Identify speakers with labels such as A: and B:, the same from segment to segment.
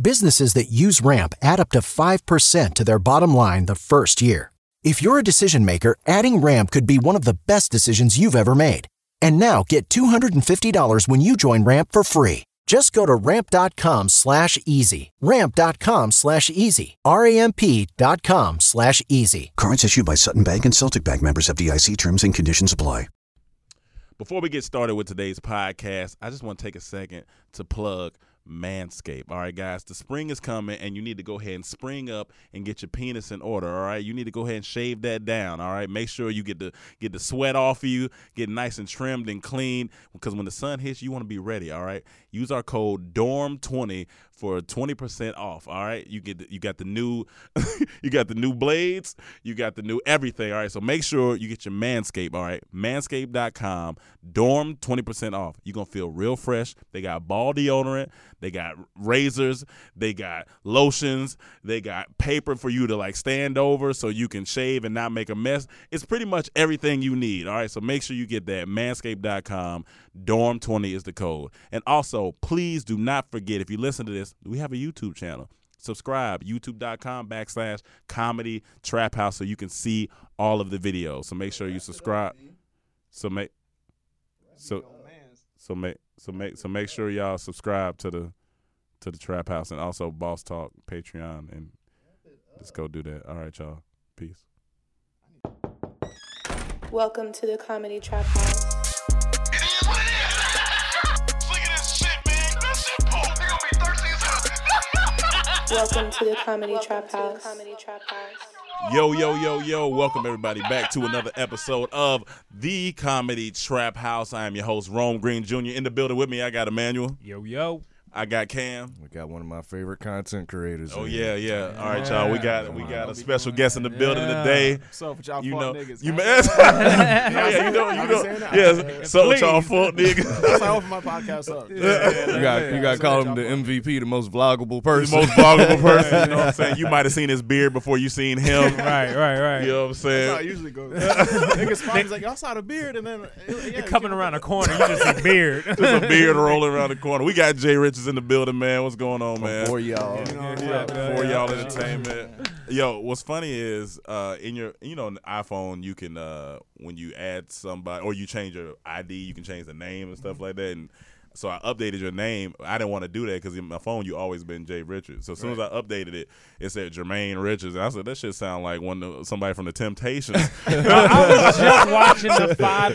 A: Businesses that use Ramp add up to 5% to their bottom line the first year. If you're a decision maker, adding Ramp could be one of the best decisions you've ever made. And now get $250 when you join Ramp for free. Just go to ramp.com slash easy. Ramp.com slash easy. R-A-M-P dot com slash easy.
B: Cards issued by Sutton Bank and Celtic Bank members of DIC terms and conditions apply.
C: Before we get started with today's podcast, I just want to take a second to plug Manscaped. All right, guys, the spring is coming and you need to go ahead and spring up and get your penis in order. All right, you need to go ahead and shave that down. All right, make sure you get the get the sweat off of you, get nice and trimmed and clean because when the sun hits, you want to be ready. All right, use our code DORM20 for 20% off. All right, you get the, you got the new you got the new blades, you got the new everything. All right, so make sure you get your Manscaped. All right, Manscaped.com, Dorm 20% off. You're gonna feel real fresh. They got ball deodorant, they got razors, they got lotions, they got paper for you to like stand over so you can shave and not make a mess. It's pretty much everything you need. All right, so make sure you get that Manscaped.com. Dorm 20 is the code. And also, please do not forget if you listen to this we have a YouTube channel. Subscribe, youtube.com backslash comedy trap house, so you can see all of the videos. So make sure you subscribe. So make so so make so make so make sure y'all subscribe to the to the trap house and also boss talk Patreon and let's go do that. All right, y'all. Peace.
D: Welcome to the Comedy Trap House.
E: It is what it is. Look at this shit, man. That shit pulled. They gonna be thirsty as hell.
D: Welcome to the Comedy Trap House. Comedy Trap House.
C: Yo, yo, yo, yo. Welcome everybody back to another episode of the Comedy Trap House. I am your host, Rome Green Jr. In the building with me, I got Emmanuel.
F: Yo, yo.
C: I got Cam.
G: We got one of my favorite content creators.
C: Oh
G: in
C: yeah,
G: here.
C: yeah. All right, y'all. We got we got a
F: be
C: special
F: doing
C: guest in the
F: that.
C: building
F: Yeah.
C: today.
F: So for y'all
C: You
F: fuck
C: know,
F: niggas.
C: you
F: man.
C: man. yeah, you know, you know. Yes. So
F: Please.
C: y'all fuck niggas.
F: That's how I open my podcast up.
G: You got you got to call him the MVP, the most vloggable
C: the
G: person.
C: most vulnerable person. You know what I'm saying? You might have seen his beard before you seen him.
F: Right, right, right.
C: You know what I'm
F: That's how it
C: saying?
F: usually goes. Niggas finds like, y'all saw the beard, and then yeah, coming around a corner, you just see beard.
C: There's a beard rolling around the corner. We got Jay Richards in the building, man. What's going
G: Oh,
C: on, man?
G: for y'all.
C: for y'all entertainment. Yo, what's funny is uh, in your you know in the iPhone you can uh, when you add somebody or you change your ID you can change the name and stuff like that. And so I updated your name. I didn't want to do that because in my phone you always been Jay Richards. So as soon as I updated it, it said Jermaine Richards, and I said that shit sound like one of somebody from the Temptations.
H: I was just watching the five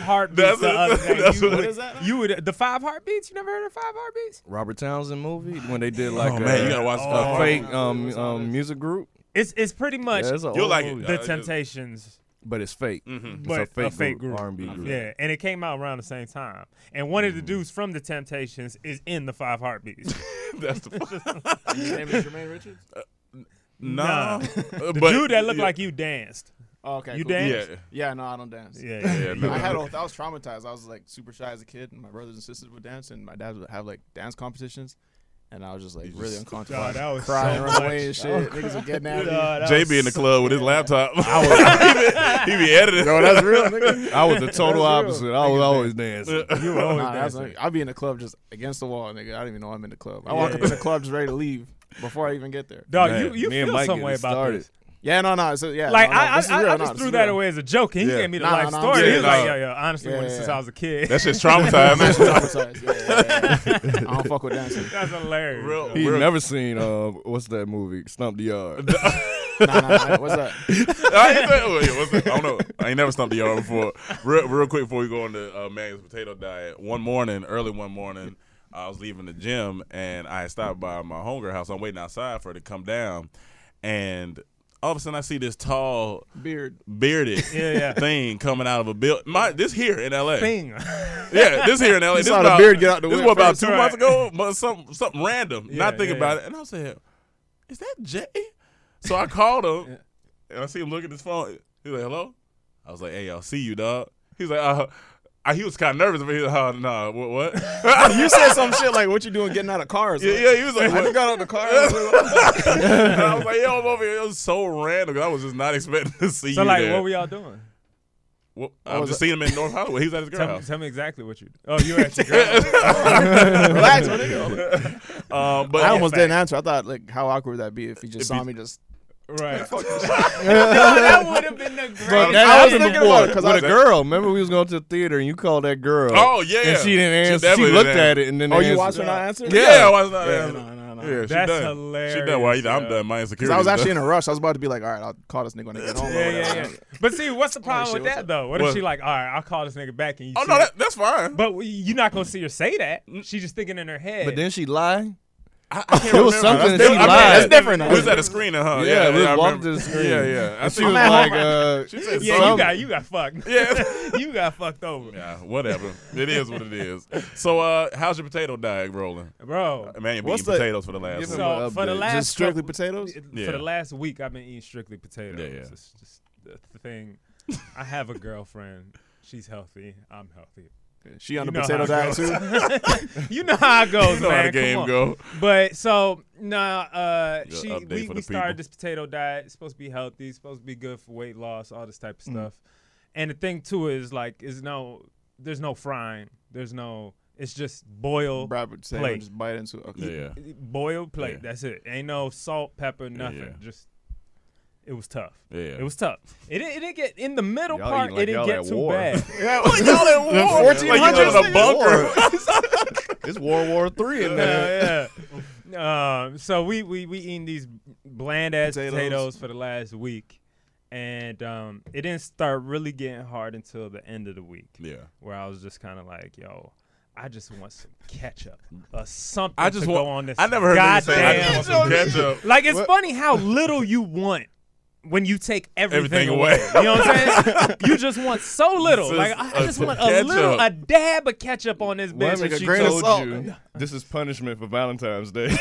C: That's
H: heartbeats the
C: what-
H: other day.
C: that's
H: you,
C: what-
H: what is that? You would the five heartbeats? You never heard of five heartbeats?
G: Robert Townsend movie when they did like
C: oh
G: a,
C: man, you gotta watch.
G: a
C: Oh,
G: fake um, um music group.
H: It's it's pretty much
G: Yeah, it's a
C: You'll
G: old
C: like
G: movie.
C: it. Mm-hmm.
H: the
C: Uh,
H: Temptations.
G: but it's fake. It's
F: but
G: a fake,
F: group.
G: R&B group.
F: Yeah, and it came out around the same time. And one of the dudes from the Temptations is in the Five Heartbeats.
C: That's the
H: His name is Jermaine Richards.
C: nah.
F: the dude that looked like you danced.
H: Oh, okay.
F: You
H: cool.
F: dance?
C: Yeah.
H: Yeah, no, I don't dance.
F: Yeah, yeah, yeah, no.
H: I had, a, I was traumatized. I was like super shy as a kid, and my brothers and sisters would dance, and my dad would have like dance competitions, and I was just like
C: You
H: really
C: just-
H: unconscious,
F: Dawg, Oh, that was
H: crying,
F: so
H: running
F: much.
H: away and shit. Niggas were getting at me.
F: Dawg, that was
C: JB in the
F: so-
C: club with his laptop. he, be, he be editing.
H: No, that's real, nigga.
G: I was the total
H: That's
G: opposite.
H: real.
G: I was always dancing.
F: You were always
H: Nah, that's
F: dancing.
H: like, I'd be in the club just against the wall, nigga. I don't even know I'm in the club. I walk up
F: yeah.
H: in the club just ready to leave before I even get there.
F: Dog,
C: Man,
F: you, you
G: me and
F: feel
G: Mike
F: some
G: getting
F: way about
G: started.
F: this.
H: Yeah, no, no. So, yeah,
F: Like,
H: no, no,
F: I, I,
H: this is
F: I,
H: real,
F: I
H: no,
F: just
H: this
F: threw
H: is
F: that
H: real.
F: away as a joke, and he
C: Yeah.
F: gave me the
H: Nah,
F: life
H: nah, I'm
F: story. he was
C: serious.
F: like,
C: Yeah,
F: yo, yo, honestly,
H: yeah,
F: when-
H: yeah,
F: since
H: yeah.
F: I was a kid.
C: That shit's traumatizing.
H: Traumatized. Yeah, yeah, yeah. I don't fuck with dancing.
F: That's hilarious.
C: Real-
G: He
C: real-
G: never seen uh, what's that movie? Stump the Yard.
H: Nah, nah, nah, what's that?
C: I, ain't say- wait, what's that? I don't know. I ain't never stumped the yard before. Real, real quick before we go on the uh, Maggie's potato diet. One morning, early one morning, I was leaving the gym and I stopped by my hunger house. I'm waiting outside for her to come down, and all of a sudden I see this tall,
H: Beard.
C: bearded
F: Yeah, yeah.
C: thing coming out of a build. My this here in L.A.
F: Thing.
C: Yeah, this here in L.A. This
H: saw the
C: about,
H: beard get out the
C: This
H: way
C: was
H: at
C: about
H: first,
C: two
F: right.
C: months ago, but something something random. not thinking
F: yeah,
C: about
F: yeah.
C: it, and I said, "Is that Jay?" So I called him, and I see him look at his phone. He's like, "Hello." I was like, "Hey, I'll see you, dog." He's like, "Uh." I, he was kind of nervous, but he was like, oh, nah, what? what?
H: You said some shit like, "What you doing getting out of cars?"
C: yeah,
H: Like,
C: yeah, he was like,
H: I
C: what?
H: just got out the car.
C: And I was like, yo, I'm over here. It was so random. 'cause I was just not expecting to see
F: So,
C: you
F: like,
C: there.
F: what were y'all doing?
C: Well, I was just seeing him in North Hollywood. He was at his girl
F: Tell me,
C: house.
F: tell me exactly what you. Oh, you were at your girl.
H: Relax, my nigga.
C: Um, but
H: I almost didn't answer. I thought like, how awkward would that be if he just saw me just.
F: right. Yo, that would have been the
G: But
F: greatest.
G: that
H: I was
G: happened
H: thinking
G: before
H: about it 'cause
G: with
H: I
G: a
H: was-
G: girl. Remember, we was going to the theater and you called that girl.
C: Oh, yeah.
G: and she didn't answer. She,
C: definitely
G: looked
C: didn't
G: at it and then.
H: Oh, you watched her not answer?
C: Yeah, yeah why not?
H: Yeah,
C: answer?
H: no, no, no.
C: Yeah, she done.
F: That's
C: She done. Well,
F: hilarious,
C: either I'm
F: yo.
C: done. My insecurity.
H: Because I was actually in a rush. I was about to be like, all right, I'll call this nigga when I get home. or
F: Yeah, yeah, yeah.
H: whatever.
F: But see, what's the problem
H: shit,
F: with
H: what's
F: that
H: up?
F: though? What if
C: What?
F: she like, all right, I'll call this nigga back and you.
C: Oh
F: see
C: no,
F: it?"
C: that, that's fine.
F: But we- you're not gonna see her say that. She's just thinking in her head.
G: But then she lied.
C: I, I can't
G: It was
C: remember.
G: something
C: That's
G: that she
C: different. I mean,
G: lied.
H: that's different.
C: We was at a screener, huh?
G: Yeah, we
C: I
G: walked
C: remember.
G: to the screener.
C: Yeah, yeah. I
G: She
C: think-
G: was like, uh,
C: she said
F: yeah, you
C: something.
F: got you got fucked.
C: Yeah.
F: you got fucked over,
C: Yeah, whatever. It is what it is. So, uh, how's your potato diet rolling?
F: bro.
C: Man, you've been
H: What's
C: eating
H: the-
C: potatoes for the last.
G: Give
C: week.
G: him a-
F: So for the
G: update.
F: last
H: Just strictly
F: couple-
H: potatoes?
C: Yeah.
F: For the last week, I've been eating strictly potatoes.
C: Yeah, yeah.
F: It's just the thing. I have a girlfriend. She's healthy. I'm healthy.
H: She on the
F: You know
H: potato
F: how
H: diet
F: it
H: too.
F: You know how it goes,
C: You know
F: man.
C: how the
F: Come
C: game
F: on.
C: go.
F: But so nah, uh,
C: Your
F: she
C: update
F: we,
C: for
F: we
C: the people.
F: started this potato diet. It's supposed to be healthy. It's supposed to be good for weight loss, all this
C: Mm.
F: type of stuff. And the thing too is like, is no, there's no frying. The's no. It's just boil
H: Brad would say,
F: plate.
H: just bite into. it. Okay.
C: Yeah, yeah.
F: boiled plate.
C: Yeah.
F: That's it. Ain't no salt, pepper, nothing.
C: yeah.
F: Just it was tough.
C: Yeah, yeah.
F: It was tough. It didn't, it didn't get in the middle
G: Y'all
F: part.
G: eating like
F: it didn't
G: y'all
F: get
G: at
F: too
G: war.
F: bad.
H: Yeah, well, y'all at war.
C: Like, you in a bunker.
G: it's World War Three in there.
F: yeah, yeah. Um, so we we we eating these bland ass potatoes.
H: Potatoes.
F: for the last week, and um, it didn't start really getting hard until the end of the week.
C: Yeah.
F: where I was just kind of like, yo. I just want some ketchup or something
C: I just
F: to
C: want.
F: go on this.
C: I never heard niggas say I
F: goddamn
C: just want some ketchup.
F: Like it's funny how little you want when you take everything,
C: Everything
F: away.
C: away.
F: You know what I'm saying? you just want so little.
C: Just
F: like I, I
C: a-
F: just
C: some
F: want a
C: ketchup.
F: little, a dab of ketchup on this
G: What
F: bitch.
G: if
H: like a
G: she
H: grain of
G: told
H: salt.
G: you this is punishment for Valentine's Day?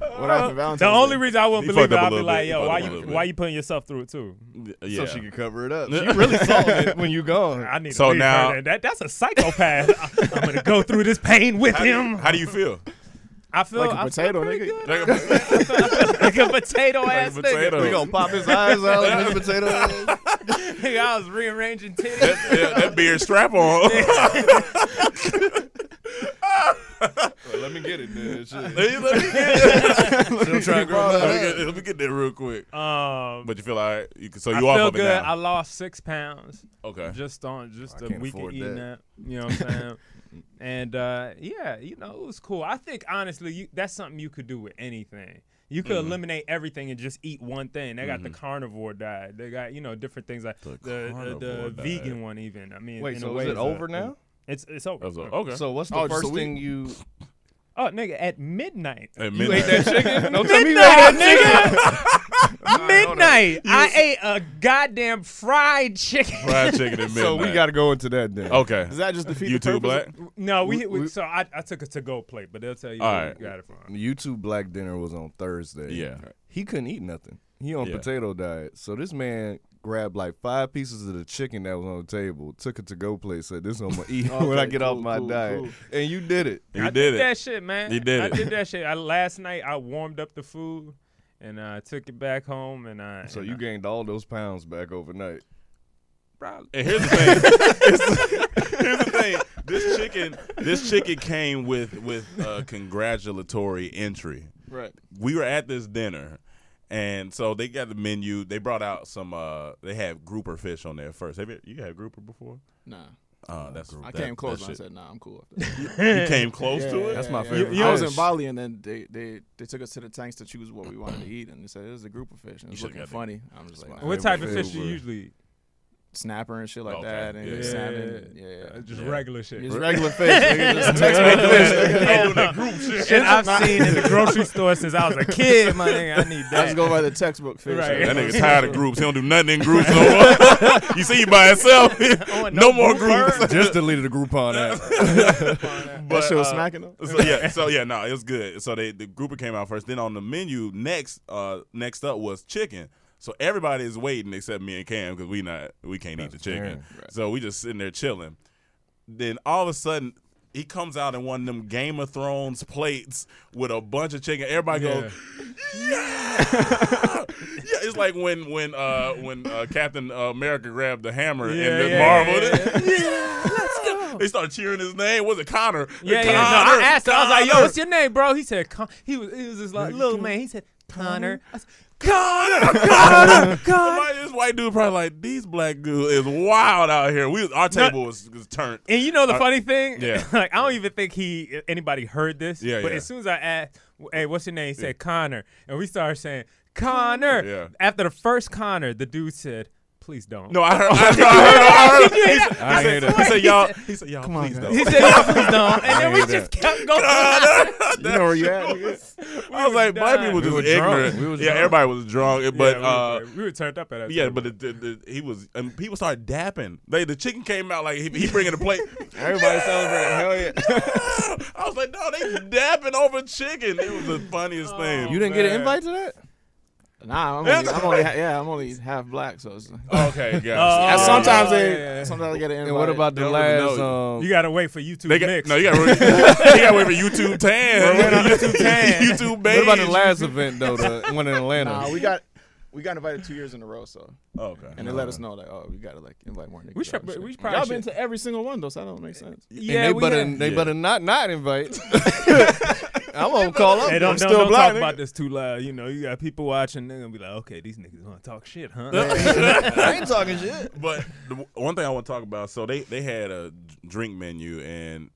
H: What happened, Valentine's?
F: The only
H: Day?
F: reason I wouldn't
C: He
F: believe
C: fucked
F: it,
C: up a
F: I'd be
C: little
F: like,
C: bit. He fucked up
F: yo, why
C: a
F: you
C: little
F: why
C: bit.
F: you putting yourself through it too?
C: Yeah.
G: So she could cover it up. She really salted it when you gone.
F: I need to
C: So
F: leave her
C: now-
F: there. that that's a psychopath. I- I'm gonna go through this pain with
C: How do, you,
F: him.
C: how do you feel?
F: I feel
H: Like a
F: I feel
H: potato,
F: pretty
H: nigga.
F: good.
C: Like a-
F: like a potato ass
C: potato.
F: nigga.
G: We gonna pop his eyes out like a potato.
F: Nigga, I was rearranging titties.
C: yeah, that beard strap on.
G: Let me get it, man. Shit.
C: Let me- let me get-
G: Let me try to grow
C: let,
G: that
C: me
G: up.
C: get, let me get there real quick.
F: Um,
C: But you feel all right? You, can- so
F: I
C: you off
F: feel
C: of it
F: good. I
C: now?
F: lost six pounds
C: okay.
F: just on just
G: I
F: a
G: can't
F: week of
G: afford
F: eating that.
G: that.
F: You know what I'm saying? and uh, yeah, you know it was cool. I think honestly, you, that's something you could do with anything. You could eliminate everything and just eat one thing. They got the carnivore diet. They got you know different things like the the,
C: carnivore
F: the,
C: diet.
F: vegan one even. I mean,
G: Wait,
F: in
G: so
F: a way,
G: is it
F: it's a-
G: over now?
F: It's it's over.
C: That was a- okay.
G: So what's the
H: Oh, just a
G: first
H: week.
G: thing you?
F: Oh, nigga, at midnight.
C: At
G: You ate that
C: midnight.
G: chicken? Don't tell me you ate
F: Midnight,
G: that chicken.
F: nigga. Midnight. I ate a goddamn fried chicken.
C: Fried chicken at midnight.
G: So we got to go into that then.
C: Okay.
H: Does that just defeat
C: you
H: the
C: too,
H: purpose
C: Black?
H: of-
F: No, we, we, so I, I took a to go plate, but they'll tell you
C: All
F: where
C: right.
F: you got it from.
G: YouTube Black Dinner was on Thursday.
C: Yeah.
G: He couldn't eat nothing. He on
C: Yeah.
G: potato diet. So this man grabbed like five pieces of the chicken that was on the table, took it to go plate, said, This is what I'm gonna eat when I
H: Okay,
G: get off
H: cool,
G: my
H: cool,
G: diet.
H: cool.
G: And you did it.
C: You
F: I
C: did it.
F: that shit, man.
C: You did
F: I
C: it.
F: did that shit. I, last night I warmed up the food and I took it back home and I.
G: So
F: and
G: you
F: I-
G: gained all those pounds back overnight.
F: probably.
C: And here's the thing. here's the thing. This chicken, this chicken came with with a congratulatory entry.
H: Right.
C: We were at this dinner, and so they got the menu. They brought out some. uh They had grouper fish on there first. Have you, you had grouper before?
H: Nah.
C: Uh, that's
H: I
C: that-
H: came close
C: that
H: and I
C: shit-
H: said, nah, I'm cool. after that."
C: You came close to it.
G: That's my
H: Yeah,
G: favorite.
H: yeah, I was
G: fish.
H: in Bali and then they, they, they took us to the tanks to choose what we wanted to eat and they said it was a group of fish and it was
C: should've
H: looking
C: got the-
H: funny. I'm just like, nah,
F: What
G: Favorite
F: type of fish
G: food,
F: you
G: bro.
F: usually eat?
H: snapper and shit like
C: Okay,
H: that and
C: yeah.
H: salmon. and- Yeah,
F: Uh,
H: yeah.
F: Just
C: Yeah.
F: regular shit.
H: Just regular fish. nigga, just Tex-Mex fish.
C: They doing that group shit.
F: Shit I've seen in the grocery store since I was a kid, my nigga. I need
H: I just
F: that.
H: go by the textbook fish.
F: Right.
C: That nigga tired of groups. He don't do nothing in groups no more. you see, you by himself. no,
F: no
C: more
F: group
C: groups.
G: Just deleted the Groupon app.
H: That shit was
C: uh,
H: smacking them.
C: So yeah, so yeah, no, it was good. So they the grouper came out first. Then on the menu next, uh, next up was chicken. So everybody is waiting except me and Cam because we not we can't eat the chicken. So we just sitting there chilling. Then all of a sudden. He comes out in one of them Game of Thrones plates with a bunch of chicken. Everybody goes, yeah, it's like when when uh when uh, Captain America grabbed the hammer
F: Yeah,
C: and the
F: yeah,
C: Marvel. Yeah, They started cheering his name. Was it Connor?
F: Yeah, yeah. No, I asked him. I was like, "Yo, what's your name, bro?" He said, Con-. "He was." He was just like, "Little man." He said, "Connor." I said,
C: Connor, Connor, Connor. This white dude probably like these black dudes is wild out here. We was- our table was, was turned.
F: And you know the
C: Uh,
F: funny thing?
C: yeah.
F: like I don't even think he anybody heard this.
C: Yeah,
F: But
C: yeah.
F: as soon as I asked, "Hey, what's your name?" He said Connor, and we started saying Connor.
C: Yeah.
F: After the first Connor, the dude said, "Please don't."
C: No, I heard. I heard. I heard, I heard. He said-
G: I
C: He
G: hear
C: said,
G: that.
C: he said, y'all. He said, y'all. please don't.
F: He said, "Yeah, "Please don't," and then we
G: hear
F: just
G: that.
F: kept going.
G: You know where you at? nigga?
C: I was like, black
F: dying.
C: people
F: We
C: just
G: were drunk.
C: ignorant.
G: We was
C: yeah,
G: drunk.
C: everybody was drunk.
F: Yeah,
C: But
F: we,
C: uh,
F: were, we were turned up at that.
C: Yeah,
F: time.
C: but the, the, the, he was, and people started dapping. They, the chicken came out like he, he bringing the plate.
G: Everybody celebrating. Hell yeah.
C: I was like, no, they dapping over chicken. It was the funniest thing.
G: You didn't get an
F: Man.
G: invite to that?
H: Nah, I'm only, I'm only ha- yeah, I'm only half black, so it's like,
C: okay, guys.
F: Oh,
H: And
F: yeah,
H: sometimes
F: yeah,
H: they
F: yeah, yeah.
H: sometimes they get an invite.
G: And what about the
C: Don't
G: last?
C: even know.
G: Um,
F: you gotta wait for you two
C: They got,
F: mix.
C: no, you got to wait, you gotta wait for YouTube tan.
F: We're waiting on YouTube tan.
C: YouTube beige.
G: what about the last event though? The one in Atlanta.
H: Nah, we got we got invited two years in a row, so
C: Oh, Okay.
H: and they let us know like, oh, we gotta like invite more niggas.
F: We should-
H: out and shit.
F: we probably
H: y'all been
F: should-
H: to every single one though, so that don't make sense.
F: yeah,
G: and they
F: we
G: better
F: had-
G: they
C: Yeah.
G: better not not invite. I'm gonna call up.
F: Hey, don't,
G: I'm
F: don't,
G: still
F: don't
G: black.
F: talk about this too loud. You know, you got people watching. They're gonna be like, "Okay, these niggas want to talk shit, huh?"
G: I ain't talking shit.
C: But the w- one thing I want to talk about, so they they had a drink menu, and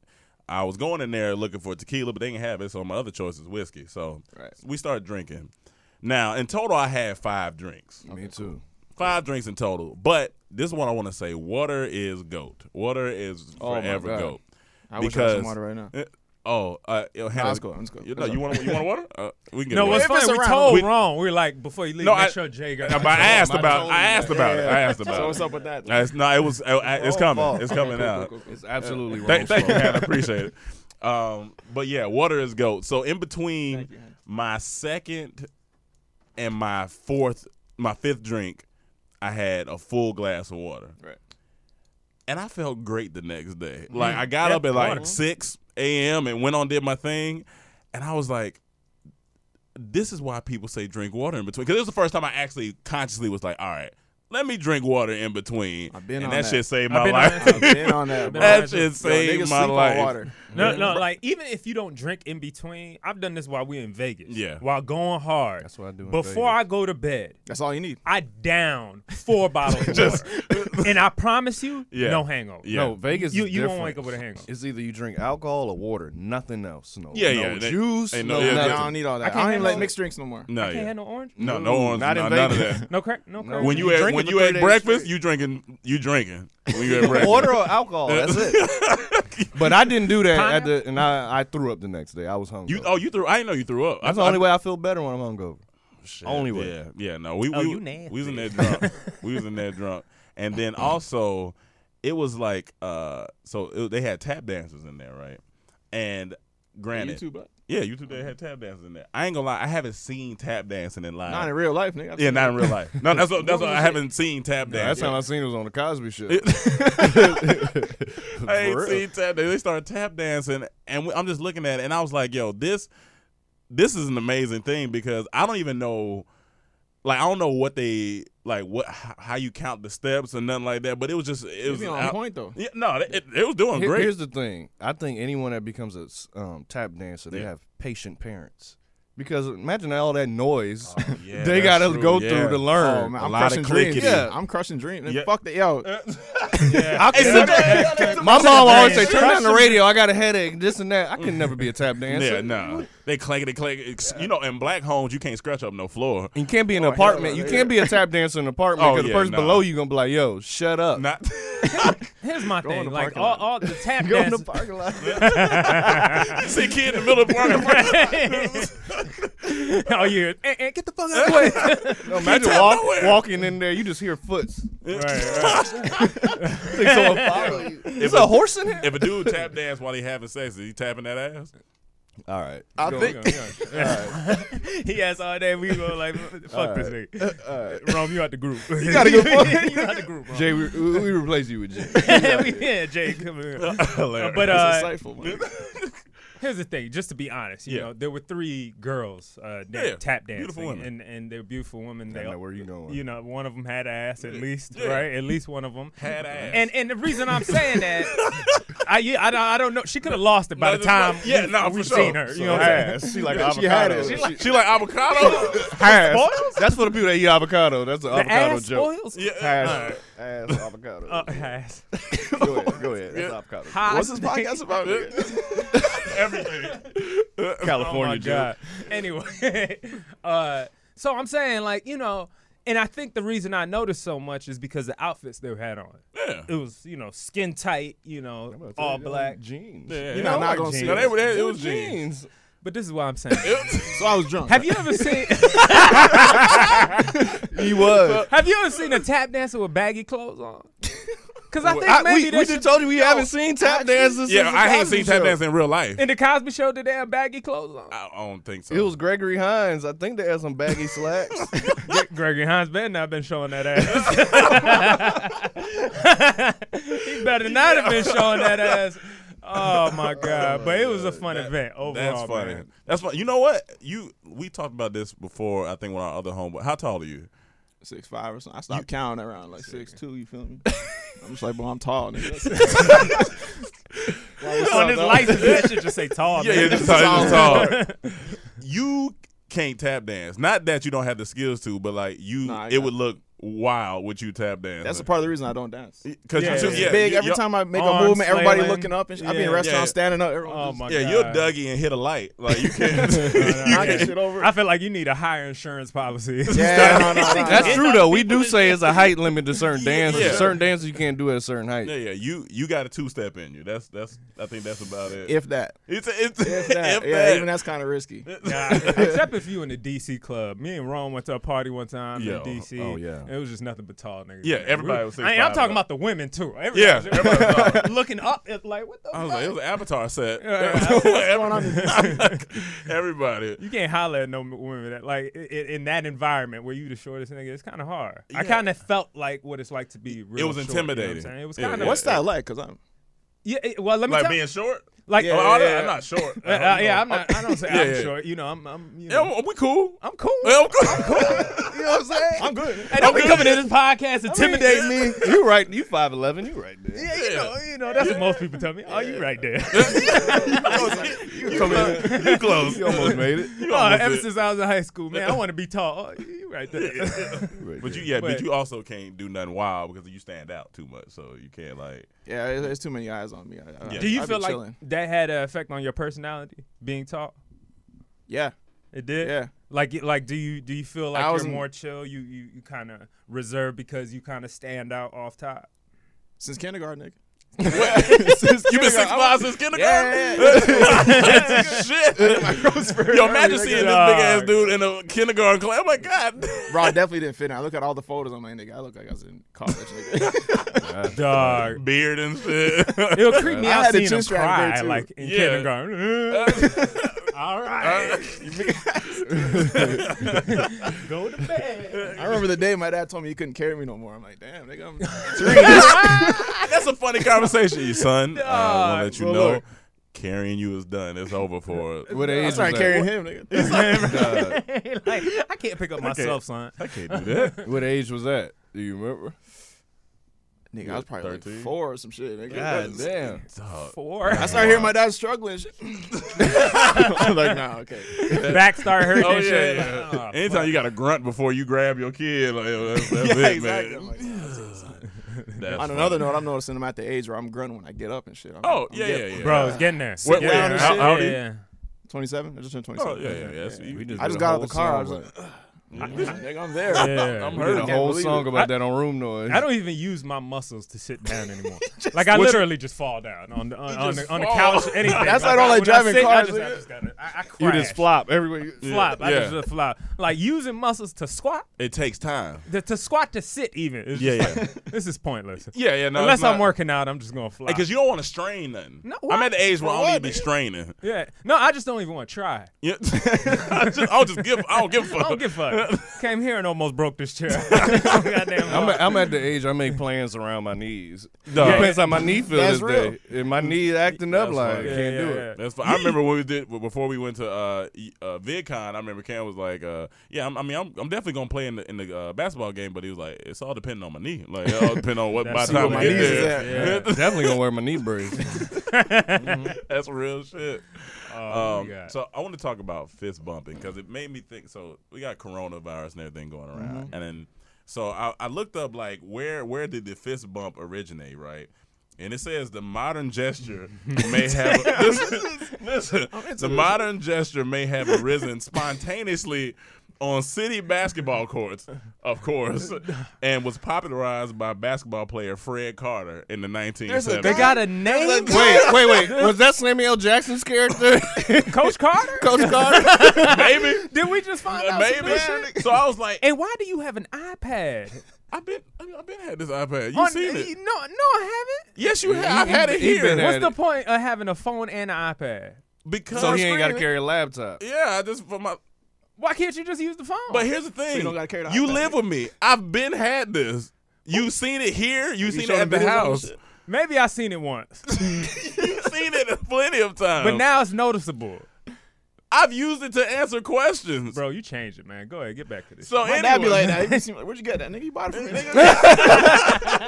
C: I was going in there looking for tequila, but they didn't have it. So my other choice is whiskey. So
H: Right.
C: we started drinking. Now in total, I had five drinks,
G: Me too.
C: five drinks in total. But this is what I want to say: water is goat. Water is
G: Oh, my
C: forever
G: God.
C: goat.
H: I wish I had some water right now.
C: eh, Oh, uh, yo, Hannah,
H: let's go, let's go.
C: You, no,
H: Let's
C: you
H: go.
C: want you want water? Uh, we can get
F: no,
C: water.
F: what's
H: If it's
F: funny? We
H: around-
F: told
C: we-
F: wrong. We were like, before you leave,
C: No,
F: make
C: I-
F: sure Jay got.
C: Uh, But I asked
H: my
C: about
H: toes,
C: I asked
H: man.
C: about
H: Yeah,
C: it.
H: yeah.
C: I asked about
H: So
C: it.
H: what's up with Oh, that?
C: Uh, it's- No, it was. uh, uh, It's coming. It's coming out.
G: It's absolutely wrong.
C: Thank, thank you, Hannah. Appreciate it. Um, but yeah, water is goat. So in between my second and my fourth, my fifth drink, I had a full glass of water,
H: Right.
C: and I felt great the next day. Like I got up at
F: Mm-hmm. water.
C: like six a.m. and went on did my thing, and I was like. This is why people say drink water in between. Because it was the first time I actually consciously was like, all right, let me drink water in between.
H: I've been
C: and
H: on
C: that,
H: that.
C: shit saved
F: I've
C: my
F: been on
C: life.
F: that.
H: Been on that. bro.
F: Yo,
C: that shit
H: Yo,
C: saved
H: niggas
C: my
H: sleep
C: life.
H: on water.
F: No, no, like even if you don't drink in between, I've done this while we in Vegas.
C: Yeah.
F: While going hard.
G: That's what I do in
F: Before
G: Vegas.
F: I go to bed,
H: That's all you need.
F: I down four bottles of water. And I promise you,
C: Yeah.
F: no hangover.
C: Yeah.
G: No, Vegas.
F: You-
G: is
F: you won't
G: different.
F: wake up with a hangover.
G: It's either you drink alcohol or water, nothing else. No,
C: Yeah,
G: no
C: yeah, they-
G: juice.
C: ain't no-
G: no,
C: yeah,
H: I
C: Nothing.
H: don't need all
F: I
H: that. I,
F: can't
H: don't even like
F: handle-
H: mixed drinks no more.
C: No,
F: I can't
C: yeah.
F: have no orange.
C: no, no orange,
G: Not in
C: no, none of
G: Vegas.
C: that.
F: No crack. No crack.
C: When you
G: You
C: at,
G: drinking
C: when when you at breakfast, you drinking, you drinking. When you at breakfast,
G: order or alcohol. That's it. but I didn't do that, at the, and I, I threw up the next day. I was hungry.
C: you oh you threw. I didn't know you threw up.
G: That's
C: I,
G: the only way I feel better when I'm hungover.
C: Shit,
G: Only way.
C: Yeah, yeah. No, we we,
F: Oh, you nasty.
C: we was in there drunk. we was in there drunk, and then also it was like uh, so it, they had tap dancers in there, right? And granted,
H: YouTube, but
C: yeah, YouTube they had tap dancers in there. I ain't gonna lie, I haven't seen tap dancing in live.
H: not in real life, nigga.
C: yeah, not in real life. No, that's what, that's what I haven't seen tap
G: Yeah, Last
C: dancing.
G: time I seen it was on the Cosby Show.
C: I ain't
G: For real.
C: seen tap. They started tap dancing, and we, I'm just looking at it, and I was like, "Yo, this, this is an amazing thing because I don't even know, like, I don't know what they like, what h- how you count the steps and nothing like that. But it was just, it
H: It
C: was
H: was on
C: out-
H: point though.
C: Yeah, no, it, it was doing
G: Here-
C: great.
G: Here's the thing. I think anyone that becomes a s- um, tap dancer, they
C: Yeah.
G: have patient parents. Because imagine all that noise
C: Oh, yeah,
G: they
C: that's
G: got to
C: true,
G: go
C: yeah.
G: through to learn.
H: Oh, man,
C: A
H: I'm
C: lot of
H: crushing dreams.
C: clickety.
H: Yeah, I'm crushing dreams.
C: Yeah.
H: Fuck that, yo.
F: Yeah.
G: I
C: Hey,
G: could
C: so-
G: never- my mom always say, "Turn down the radio. I got a headache. This and that. I can never be a tap dancer.
C: yeah, no, they clankety clank. it's- You know, in black homes, you can't scratch up no floor.
G: You can't be in an
H: Oh,
G: apartment. You can't be a tap dancer in an apartment
C: Oh,
G: because
C: yeah,
G: the person
C: nah.
G: below you gonna be like, "Yo, shut up."
C: Not.
F: Here's my thing.
H: the
F: Like
H: parking
F: all,
H: lot.
F: all the tap
G: Go in
F: dances.
G: the parking lot.
C: You see a kid in the middle of the
F: oh yeah. Eh, eh, get the fuck out of the way.
G: No, imagine
C: tap
G: walk-
C: nowhere.
G: walking in there, you just hear foots.
F: right, right.
G: Think someone follow you. Is a horse in here?
C: If a dude tap dance while he having sex, is he tapping that ass?
G: All right.
H: I think
F: He has all day. We go like, fuck this nigga. Rome, you out the group. You
G: gotta go for it.
F: you out the group, Rome.
G: Jay, we, we we replace you with Jay.
F: yeah, Jay, come here. But uh,
H: insightful. man.
F: here's the thing, just to be honest, you
C: Yeah.
F: know, there were three girls uh, that
C: Yeah,
F: tap dancing,
C: beautiful women.
F: and and they were beautiful women. They,
G: know where you going.
F: You know, one of them had ass at least,
C: Yeah.
F: right? At least one of them
C: Had ass.
F: And and the reason I'm saying that, I yeah, I, don't- I don't know. She could have lost it by
C: No,
F: the
C: just
F: time.
C: like- yeah,
F: we,
C: no, for
F: we've
C: sure.
F: seen her. You know what I'm saying?
G: She like
H: She had
G: avocado.
H: it.
G: She
C: She like avocado?
G: ass. That's for the people that eat avocado. That's an
F: The
G: avocado
F: ass
G: joke.
F: spoils.
C: yeah.
G: Ass, ass avocado.
F: Uh, ass.
G: go ahead. Go ahead. That's avocado.
H: What's this podcast about? nigga?
C: Everything. Oh
G: California joke.
F: Anyway, uh, so I'm saying like you know, and I think the reason I noticed so much is because the outfits they had on.
C: Yeah.
F: It was you know skin tight, you know, all black.
G: jeans.
C: You're
H: You're not, not gonna see.
C: No, they
H: it.
C: were there. It was jeans.
F: But this is what I'm saying.
H: So I was drunk.
F: Have you ever seen?
G: He was.
F: have you ever seen a tap dancer with baggy clothes on? Because I think
G: I,
F: maybe
G: we
F: they
G: we
F: should-
G: just told you we haven't seen tap dances.
C: Yeah,
G: since the
C: I ain't
G: Cosby
C: seen tap
G: Show.
C: dance in real life.
F: In the Cosby Show, did they have baggy clothes on?
C: I I don't think so.
G: It was Gregory Hines. I think they had some baggy slacks.
F: Gregory Hines better not been showing that ass. he better not have been showing that ass. Oh my god! But it was a fun event overall.
C: That's funny.
F: man.
C: That's funny. You know what? You we talked about this before. I think with our other homeboy. How tall are you?
H: six five or something. I stopped counting around like six two. You feel me? I'm just like, boy, I'm tall. Nigga.
F: On his license, that should just say
H: Oh,
F: tall.
C: Yeah,
F: man.
C: yeah, just tall. Just tall. you can't tap dance. Not that you don't have the skills to, but like you,
H: Nah, I
C: it
H: got
C: would look wild with you tap dance.
H: That's a part of the reason I don't dance.
C: Cause
F: Yeah,
C: you too,
F: yeah, yeah.
C: yeah,
H: Big.
C: you-
H: Every
C: you-
H: time I make a
F: arms
H: movement, everybody
F: flailing.
H: looking up and shit. I be in
F: Yeah.
H: a restaurant
C: Yeah.
H: standing up. Everyone
F: Oh
H: just-
F: my
C: Yeah,
F: god!
C: you're Dougie and hit a light. Like you can't.
H: I get shit over.
F: I feel like you need a higher insurance policy.
H: yeah, no, no, no, no.
G: That's true though. We do say it's a height limit to certain dances.
C: Yeah.
G: Certain dances you can't do at a certain height.
C: Yeah, yeah. You you got a two step in you. That's that's. I think that's about it.
H: If that.
C: it's it's
H: If that. yeah, even that's kind of risky.
F: Nah, except if you in the DC club. Me and Ron went to a party one time
C: Yo,
F: in DC.
G: oh, yeah.
F: it was just nothing but tall niggas.
C: Yeah,
F: man.
C: everybody
F: We-
C: was
F: I, am
C: 6'5",
F: talking
C: though.
F: about the women too. Everybody
C: Yeah,
F: was-
C: everybody was tall.
F: looking up, it's like what the
C: I
F: fuck?
C: was like, it was an Avatar set.
F: Yeah.
C: Everybody.
F: you can't holler at no m- women that like i- i- in that environment where you the shortest nigga. It's kind of hard. I
C: Yeah.
F: kind of felt like what it's like to be. Real
C: was
F: short,
C: intimidating.
F: You know what I'm saying? it was
C: Yeah,
F: kind
C: yeah.
F: of
H: What's that like? Cause I'm.
F: Yeah, it- well, let me
C: Like
F: tell
C: being short.
F: like
H: Yeah,
C: Oh, I don't-
H: yeah.
C: I'm not short.
F: uh, uh, yeah, I'm not. I don't say I'm
C: Yeah, yeah.
F: short. You know, I'm. I'm you
C: Yeah,
F: know,
C: we- we cool.
F: I'm cool.
C: Yeah, I'm cool.
H: You know what I'm saying? I'm good.
F: Hey, don't be coming to this podcast intimidating me.
G: You right. You five eleven. You right there.
F: Yeah, you know, you know, that's what most people tell me. Oh, you right there.
C: you close. You close.
G: You almost made it.
C: You
F: oh,
C: almost
F: ever
C: did.
F: since I was in high school, man, I want to be tall. Oh, you right there.
C: But you, yeah, but
F: But-
C: you also can't do nothing wild because you stand out too much. So you can't like.
H: Yeah, it- there's too many eyes on me. I, I,
C: Yeah.
F: Do you
H: I be
F: feel like
H: chilling.
F: that had an effect on your personality, being tall?
H: Yeah,
F: It did.
H: yeah.
F: Like, it- like, do you do you feel like
H: I was
F: you're
H: in-
F: more chill? You you, you kind of reserved because you kind of stand out off top.
H: Since kindergarten, nigga. Oh,
C: You've been six miles since kindergarten. Shit. Yo, imagine
H: nigga.
C: seeing this big ass dude in a kindergarten class. Oh my god.
H: Bro, I definitely didn't fit in. I look at all the photos. I'm like, nigga, I look like I was in college, nigga.
F: Dog,
C: Beard and shit.
F: it'll creep me
H: I
F: out
H: had a
F: seeing him
H: chin strap there,
F: cry
H: too.
F: like in
C: Yeah.
F: kindergarten. All right, go to bed.
H: I remember the day my dad told me he couldn't carry me no more. I'm like, damn, nigga, I'm
C: That's a funny conversation, you son. Uh, I want to let you
H: Well,
C: know,
H: look.
C: carrying you is done. It's over for it.
G: What age
H: I'm
G: was
H: trying
G: that?
H: to carry him, nigga.
G: Uh,
F: like, I can't pick up myself, son.
C: I can't do that.
G: what age was that? Do you remember?
H: nigga, I was probably like
C: 13?
H: four or some shit, nigga.
G: damn.
F: Four.
H: I started hearing my dad struggling. Shit. I'm like, nah, okay.
F: back start hurting.
C: Oh
F: and
C: yeah,
F: shit.
C: yeah.
F: Oh,
C: Anytime you got to grunt before you grab your kid, like, oh, that's, that's
H: yeah,
C: it,
H: exactly.
C: man.
H: I'm like, nah, that's it, son.
C: That's
H: On
C: funny.
H: another note, I'm noticing I'm at the age where I'm grunting when I get up and shit. I'm,
C: Oh
H: I'm
C: yeah, yeah,
H: getting-
C: yeah.
F: bro, it's getting there.
C: Wait,
F: Yeah,
C: wait,
F: yeah,
C: how-
F: yeah,
C: how old are you?
F: yeah.
H: 27? I just turned 27.
C: Oh yeah, yeah, yeah. So you-
H: I just got out the car. I was like, nigga, I'm there.
F: Yeah.
C: I'm
G: we did
C: hurt.
G: a
H: can't
G: whole
H: believe
G: song
H: it.
G: about that on Room Noise.
F: I don't even use my muscles to sit down anymore. like I
C: What you-
F: literally just fall down on the on, on,
C: just
F: the, on the
C: fall.
F: couch. Anything.
H: That's why I don't like
F: when
H: driving
F: sit,
H: cars,
F: I just, I
H: nigga.
F: just gotta, I, I crash.
G: you just flop everywhere. You,
F: Flop. I
C: Yeah.
F: just uh, flop. Like using muscles to squat,
C: It takes time.
F: to, to squat to sit even. It's
C: Yeah,
F: just
C: yeah.
F: like, This is pointless.
C: Yeah, yeah. No,
F: Unless
C: it's not,
F: I'm working out, I'm just gonna flop.
C: because you don't want to strain nothing.
F: No,
C: I'm
F: why?
C: at the age where I
F: For
C: don't need to
F: what,
C: be
F: nigga?
C: straining.
F: yeah. No, I just don't even want to try.
C: Yeah. I just, I'll just give. I don't give a fuck.
F: I don't give a fuck. Came here and almost broke this chair. Goddamn.
G: I'm, at, I'm at the age I make plans around my knees.
C: Dog.
G: Depends how my knee feels
H: That's
G: this
H: real.
G: day. If my knee acting up,
C: That's
G: like
C: funny.
G: I
C: Yeah,
G: can't do it.
C: That's fine. I remember when we did before we went to uh, e- uh, VidCon. I remember Cam was like, uh, "Yeah, I'm, I mean, I'm, I'm definitely gonna play in the, in the uh, basketball game," but he was like, "It's all depending on my knee. Like, it all depends on what by
F: That's
C: the time
H: what
C: I
H: my
C: get
H: knees is
C: there."
F: Yeah.
G: Definitely gonna wear my knee brace.
C: That's real shit.
F: Oh,
C: Um, so I want to talk about fist bumping because it made me think. So we got coronavirus and everything going around, and then so I, I looked up like where where did the fist bump originate, right? And it says the modern gesture may have listen, listen, the modern gesture may have arisen spontaneously on city basketball courts, of course, and was popularized by basketball player Fred Carter in the 1970s.
F: they got a name.
G: wait, wait, wait. Was that Samuel L. Jackson's character,
F: Coach Carter?
G: Coach Carter?
C: Maybe
F: Did we just find out
C: Uh,
F: some
C: Maybe.
F: new shit?
C: So I was like,
F: And why do you have an iPad?
C: I've been, I've been had this iPad. You
F: On-
C: seen it?
F: No, no, I haven't.
C: Yes, you have. I've
G: he-
C: had it
G: he
C: here
G: been had-
F: What's the
G: it.
F: point of having a phone and an iPad?
C: because
G: so he ain't got to carry a laptop.
C: Yeah, I just for my.
F: Why can't you just use the phone?
C: But here's the thing.
H: don't gotta carry the
C: you
H: iPad.
C: live with me. I've been had this. You seen it here. You seen it
H: showed
C: at
H: him
C: the
H: videos of
C: house.
H: this
F: Maybe I seen it once,
C: you seen it plenty of times.
F: but now it's noticeable.
C: I've used it to answer questions.
F: Bro, you changed it, man. Go ahead, get back to this.
C: So
H: My
C: anyway,
H: dad be like, nah, you seem like, where'd you get that, nigga? You bought it for me, nigga.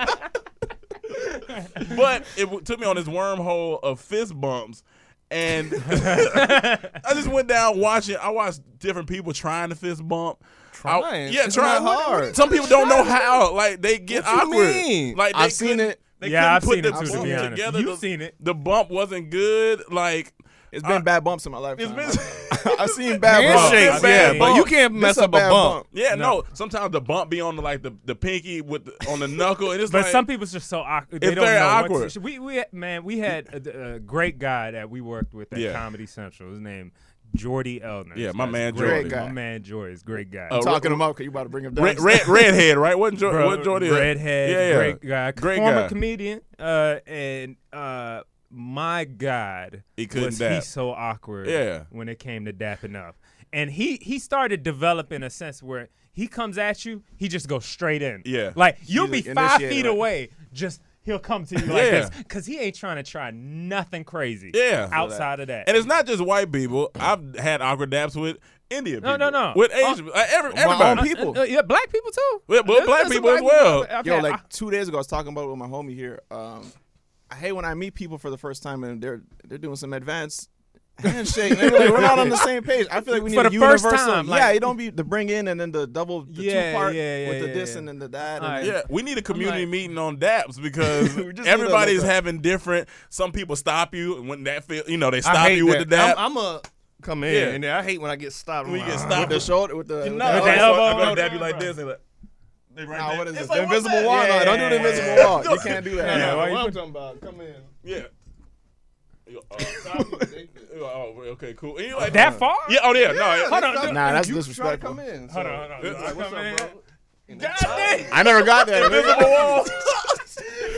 C: but it w- took me on this wormhole of fist bumps. And I just went down watching. I watched different people trying to fist bump. I-
G: Trying?
C: yeah,
G: It's
C: trying
G: not hard.
C: Some people don't know how. Like they get
G: What you
C: awkward.
G: mean?
C: Like they
H: I've seen
C: couldn't-
H: it.
C: They
F: Yeah,
C: couldn't
F: I've
C: put
F: seen it
C: the
F: too, to
C: bump
F: be honest.
C: together.
F: You've
C: the,
F: seen it.
C: The bump wasn't good. Like
H: It's been bad bumps in my life.
C: it's been.
H: I've seen bad bumps.
G: Handshakes,
C: Bad
G: yeah, but
C: bump.
G: you can't
H: This
G: mess
H: a
G: up a
H: bad
G: bump.
C: Yeah, no. Sometimes the bump be on the like the, the pinky with the, on the knuckle, and it's
F: But
C: like
F: some people's just so awkward. They
C: If
F: don't
C: they're
F: know
C: awkward.
F: What to, we we man, we had a, a great guy that we worked with at
C: Yeah.
F: Comedy Central. His name Jordy Elner.
C: Yeah, my man
F: Great
H: Jordy.
F: guy. My man Jordy is a great guy.
C: Uh,
H: Talking him up because you about to bring him down.
C: red, red redhead, right? What Jordan?
F: Bro,
C: what Jordan? is?
F: redhead,
C: Yeah, yeah.
F: great guy,
C: Great
F: former
C: guy.
F: comedian, uh, and uh, my God,
C: He couldn't
F: was he
C: dap.
F: so awkward?
C: Yeah.
F: when it came to dapping up, and he he started developing a sense where he comes at you, he just goes straight in.
C: Yeah.
F: like you'll be
H: He's like,
F: five
H: initiate,
F: feet
H: right?
F: away, just. He'll come to you like
C: Yeah.
F: this because he ain't trying to try nothing crazy.
C: Yeah.
F: outside of that.
C: And it's not just white people. I've had awkward daps with Indian
F: No,
C: people.
F: no, no.
C: With Asian, uh, every,
H: own
C: everybody.
H: people.
F: Uh, uh, yeah, black people too.
C: Yeah, but
F: There's-
C: black
F: there's some
C: people as well.
F: I've- I've
H: Yo,
F: had-
H: like
F: I-
H: two days ago, I was talking about it with my homie here. Um, I hate when I meet people for the first time and they're they're doing some advanced handshake. nigga. Like, we're not on the same page. I feel like we need
F: For
H: a
F: the first
H: universal.
F: time, like-
H: yeah, it don't be the bring in and then the double the
F: Yeah,
H: two part
F: yeah, yeah,
H: with the
F: yeah,
H: this
F: yeah.
H: and then the that. And
F: All right.
H: then-
C: Yeah, we need a community
F: like-
C: meeting on daps because
H: We just need
C: everybody's
H: another-
C: having different. Some people stop you and when that feel, you know, they
G: I
C: stop
G: hate
C: you with
G: that.
C: the dap.
G: I'm, I'm a come in,
C: Yeah.
G: and then I hate when I get stopped.
C: When you
G: I'm
C: get
G: like,
C: stopped,
H: The shoulder with the.
C: You
H: with
C: know,
H: the-
C: I'm
F: the
C: gonna-
F: elbow
C: I'm gonna
F: on the
C: dab you like
F: camera.
C: this. And like, they right
H: Nah,
C: there.
H: what is
C: It's
H: this?
C: like,
H: the
C: what's
H: invisible
C: that?
H: wall?
C: Yeah.
H: No, don't do the invisible wall. You can't do that.
F: Yeah,
G: Yeah,
F: why you
G: what I'm
F: put-
G: talking about? Come in.
C: Yeah. You go, oh, you go, oh, okay, cool. And you like
H: uh,
F: That far?
C: Yeah. Oh yeah. No. it-
F: Hold on. dude.
H: Nah, that's
G: You try to
H: disrespectful.
G: come in.
F: Hold on. Hold on.
C: It's like,
F: Come in. God dang.
H: I never got there.
C: Invisible wall.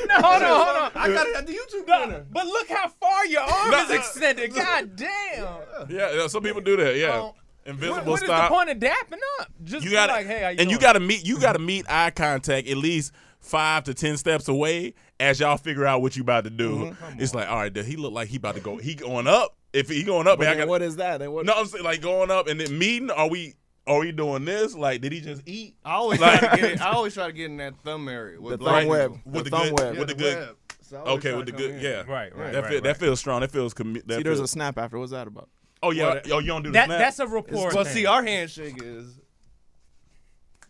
F: No, hold on. Hold on.
G: I got it at the YouTube
F: No,
G: corner.
F: but look how far your arm
C: No,
F: is
C: uh,
F: extended. God damn.
C: Yeah, yeah, some people do that. Yeah,
F: Um,
C: invisible
F: what what is
C: stop.
F: the point of dapping up? Just
C: You
F: be
C: got to
F: like, hey, how you
C: and you got to meet. You got to meet eye contact at least five to ten steps away as y'all figure out what you about to
F: Mm-hmm.
C: do. It's like, all right, does he look like he about to go? He going up? If he going up, man, I
H: But then
C: got
H: What is that? And what?
C: no. I'm saying like going up and then meeting. Are we? Are we doing this? Like, did he just eat?
G: I always
C: Like-
G: try to get it. I always try to get in that thumb area. With
H: The
G: black
H: thumb web.
G: people.
C: With
H: The
C: the
H: thumb
C: good-
H: web.
G: Yeah,
C: With the
G: the
C: good-
G: web. So I
F: Oh,
G: always
C: Okay,
G: try
C: with
G: to
C: the
G: come
C: good,
G: in.
C: yeah,
F: Right, right,
C: That,
F: right,
C: feel, that
F: right.
C: feels strong. That feels. Commu- that
H: See, there's a
C: feels-
H: snap after. What's that about?
C: oh yeah,
F: What-
C: oh you don't do the
F: that,
C: snap?
F: that's a rapport.
G: Well,
F: thing.
G: see, our handshake is.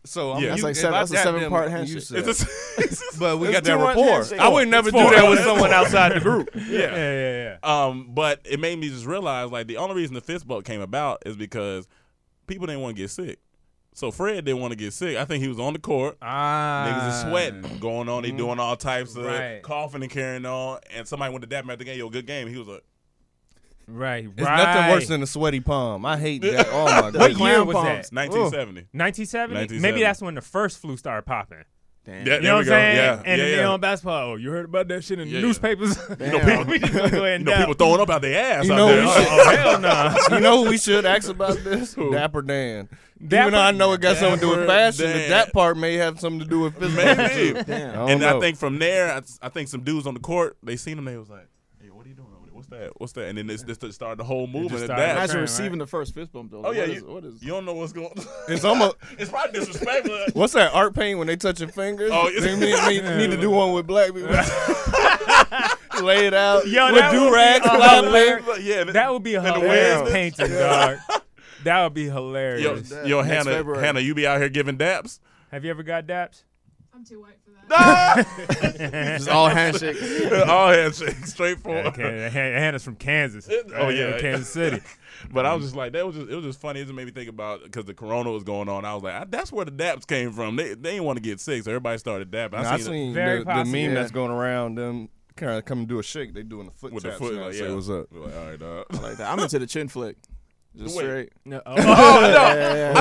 G: So I'm
C: Yeah. That's
G: you-
C: like
G: if
H: seven-
G: I
H: that's a
G: dap
H: seven
G: them,
H: part
G: you
H: handshake.
G: said-
C: It's a- it's a-
G: but we
H: It's
G: got that
H: two month
G: rapport.
H: handshake.
G: I would never
C: It's
G: do
C: four.
G: that with
C: It's
G: someone
C: four.
G: outside the group.
F: yeah, yeah, yeah.
C: Um, but it made me just realize like the only reason the fist bump came about is because people didn't want to get sick. So Fred didn't want to get sick. I think he was on the court.
F: Ah, Mm-hmm.
C: Niggas is sweating, going on. They doing all types of
F: Right.
C: coughing and carrying on. And somebody went to dap him after the game. Yo, good game. He was like,
F: Right, right.
G: There's nothing worse than a sweaty palm. I hate that. Oh my
F: What
G: god.
F: year
H: clown
F: was
H: palms.
F: that?
C: 1970.
F: 1970?
C: 1970.
F: Maybe that's when the first flu started popping.
C: Yeah, there
F: You know
C: we
F: what I'm
C: go.
F: saying?
C: Yeah,
F: And
C: yeah,
F: then
C: yeah.
F: on basketball, oh, you heard about that shit in
C: Yeah,
F: the newspapers? You
C: know, people-
F: we just gonna go
C: You
F: ahead and
C: know,
F: dap.
C: people throwing up out their ass
G: You
C: out
G: know
C: there.
G: we
F: oh, oh, hell no.
G: You know who we should ask about this? Dapper Dan. Even
F: Dapper-
G: though I know it got something to do with fashion,
C: Dan.
G: the that part may have something to do with physical.
C: Maybe.
G: too.
H: Damn.
G: don't
C: and I
G: know.
C: think from there, I, I think some dudes on the court they seen him. They was like, "Hey, what are you doing over there? What's that? What's that?" And then this, this started the whole movement. of
F: started
C: that.
F: That's
H: Imagine
F: right,
H: receiving the first fist bump though.
C: Oh yeah,
H: What
C: you,
H: is- what is?
C: you don't know what's going. on.
G: It's almost-
C: it's probably disrespectful.
G: What's that art paint when they touching fingers?
C: Oh,
G: Oh,
C: it's-
G: they need, need- need to do one with black people. Lay it out.
F: Yo,
G: with
F: that would
G: do rags
F: be
G: clapping.
F: hilarious.
C: yeah,
F: That would be
C: and the
F: hilarious
C: Wednesday-
F: painting, dog. That would be
C: Yo,
F: hilarious.
C: yo
H: Next
C: Hannah,
H: February.
C: Hannah, you be out here giving daps.
F: Have you ever got daps?
H: It's all handshakes.
C: All handshakes, straightforward.
F: Okay, Hannah's from Kansas.
C: Oh, yeah.
F: Kansas City.
C: But I was just like, that was just, it was just funny. It just made me think about because the corona was going on. I was like, I, that's where the daps came from. They they didn't want to get sick, so everybody started dapping.
G: I seen
F: Very
G: the, the
F: possible.
G: meme
F: Yeah.
G: that's going around them. Kind of come and do a shake. They doing the foot
C: it with the
G: taps
C: foot.
G: now,
C: Like,
G: say
C: yeah,
G: what's up.
C: Like, all right, dog.
H: like that. I'm into the chin flick. Just
C: Wait.
H: straight.
F: No,
C: Oh, no.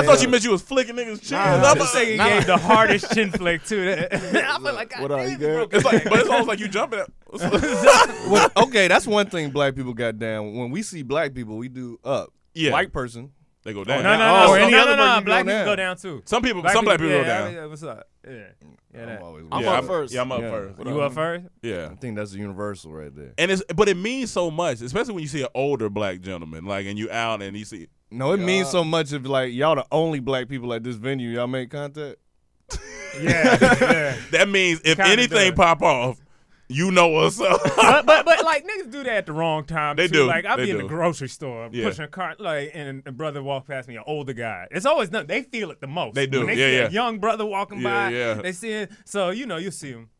C: I thought you meant you was flicking niggas' chins. I'm
F: This
C: like,
F: nigga gave the hardest chin flick too. I feel like,
H: What
F: God
H: up? You
F: damn,
H: good?
C: it's like, but it's almost like you jumping. At,
G: Well, okay, that's one thing black people got down. When we see black people, we do up.
C: Yeah.
G: White person.
C: they go down.
F: No, no,
G: Oh,
F: no,
G: any
F: no,
G: other
F: no,
G: person
F: no.
G: can
F: Black
G: go
F: people
G: down.
F: go down too.
C: Some people, some black people
F: yeah,
C: go down.
F: I- what's up? Yeah, yeah.
G: I'm
F: that.
G: always
H: I'm
G: with
C: yeah,
H: up
G: that.
H: first.
C: Yeah, I'm up
G: Yeah.
C: first.
F: You up first?
C: Yeah.
G: I think that's universal right there.
C: And it's but it means so much, especially when you see an older black gentleman, like and you out and you see
G: No, it means so much if like y'all the only black people at this venue. Y'all make contact.
F: Yeah, yeah.
C: that means if
F: Kinda
C: anything
F: does.
C: pop off, you know what's up.
F: but, but but like niggas do that at the wrong time.
C: They
F: too.
C: do.
F: Like I
C: They
F: be in
C: do.
F: the grocery store
C: Yeah.
F: pushing a cart, like and a brother walk past me, an older guy. It's always nothing. They feel it the most.
C: They do.
F: When they
C: Yeah,
F: see
C: yeah.
F: A young brother walking
C: Yeah,
F: by.
C: yeah.
F: They see it. So you know you see him.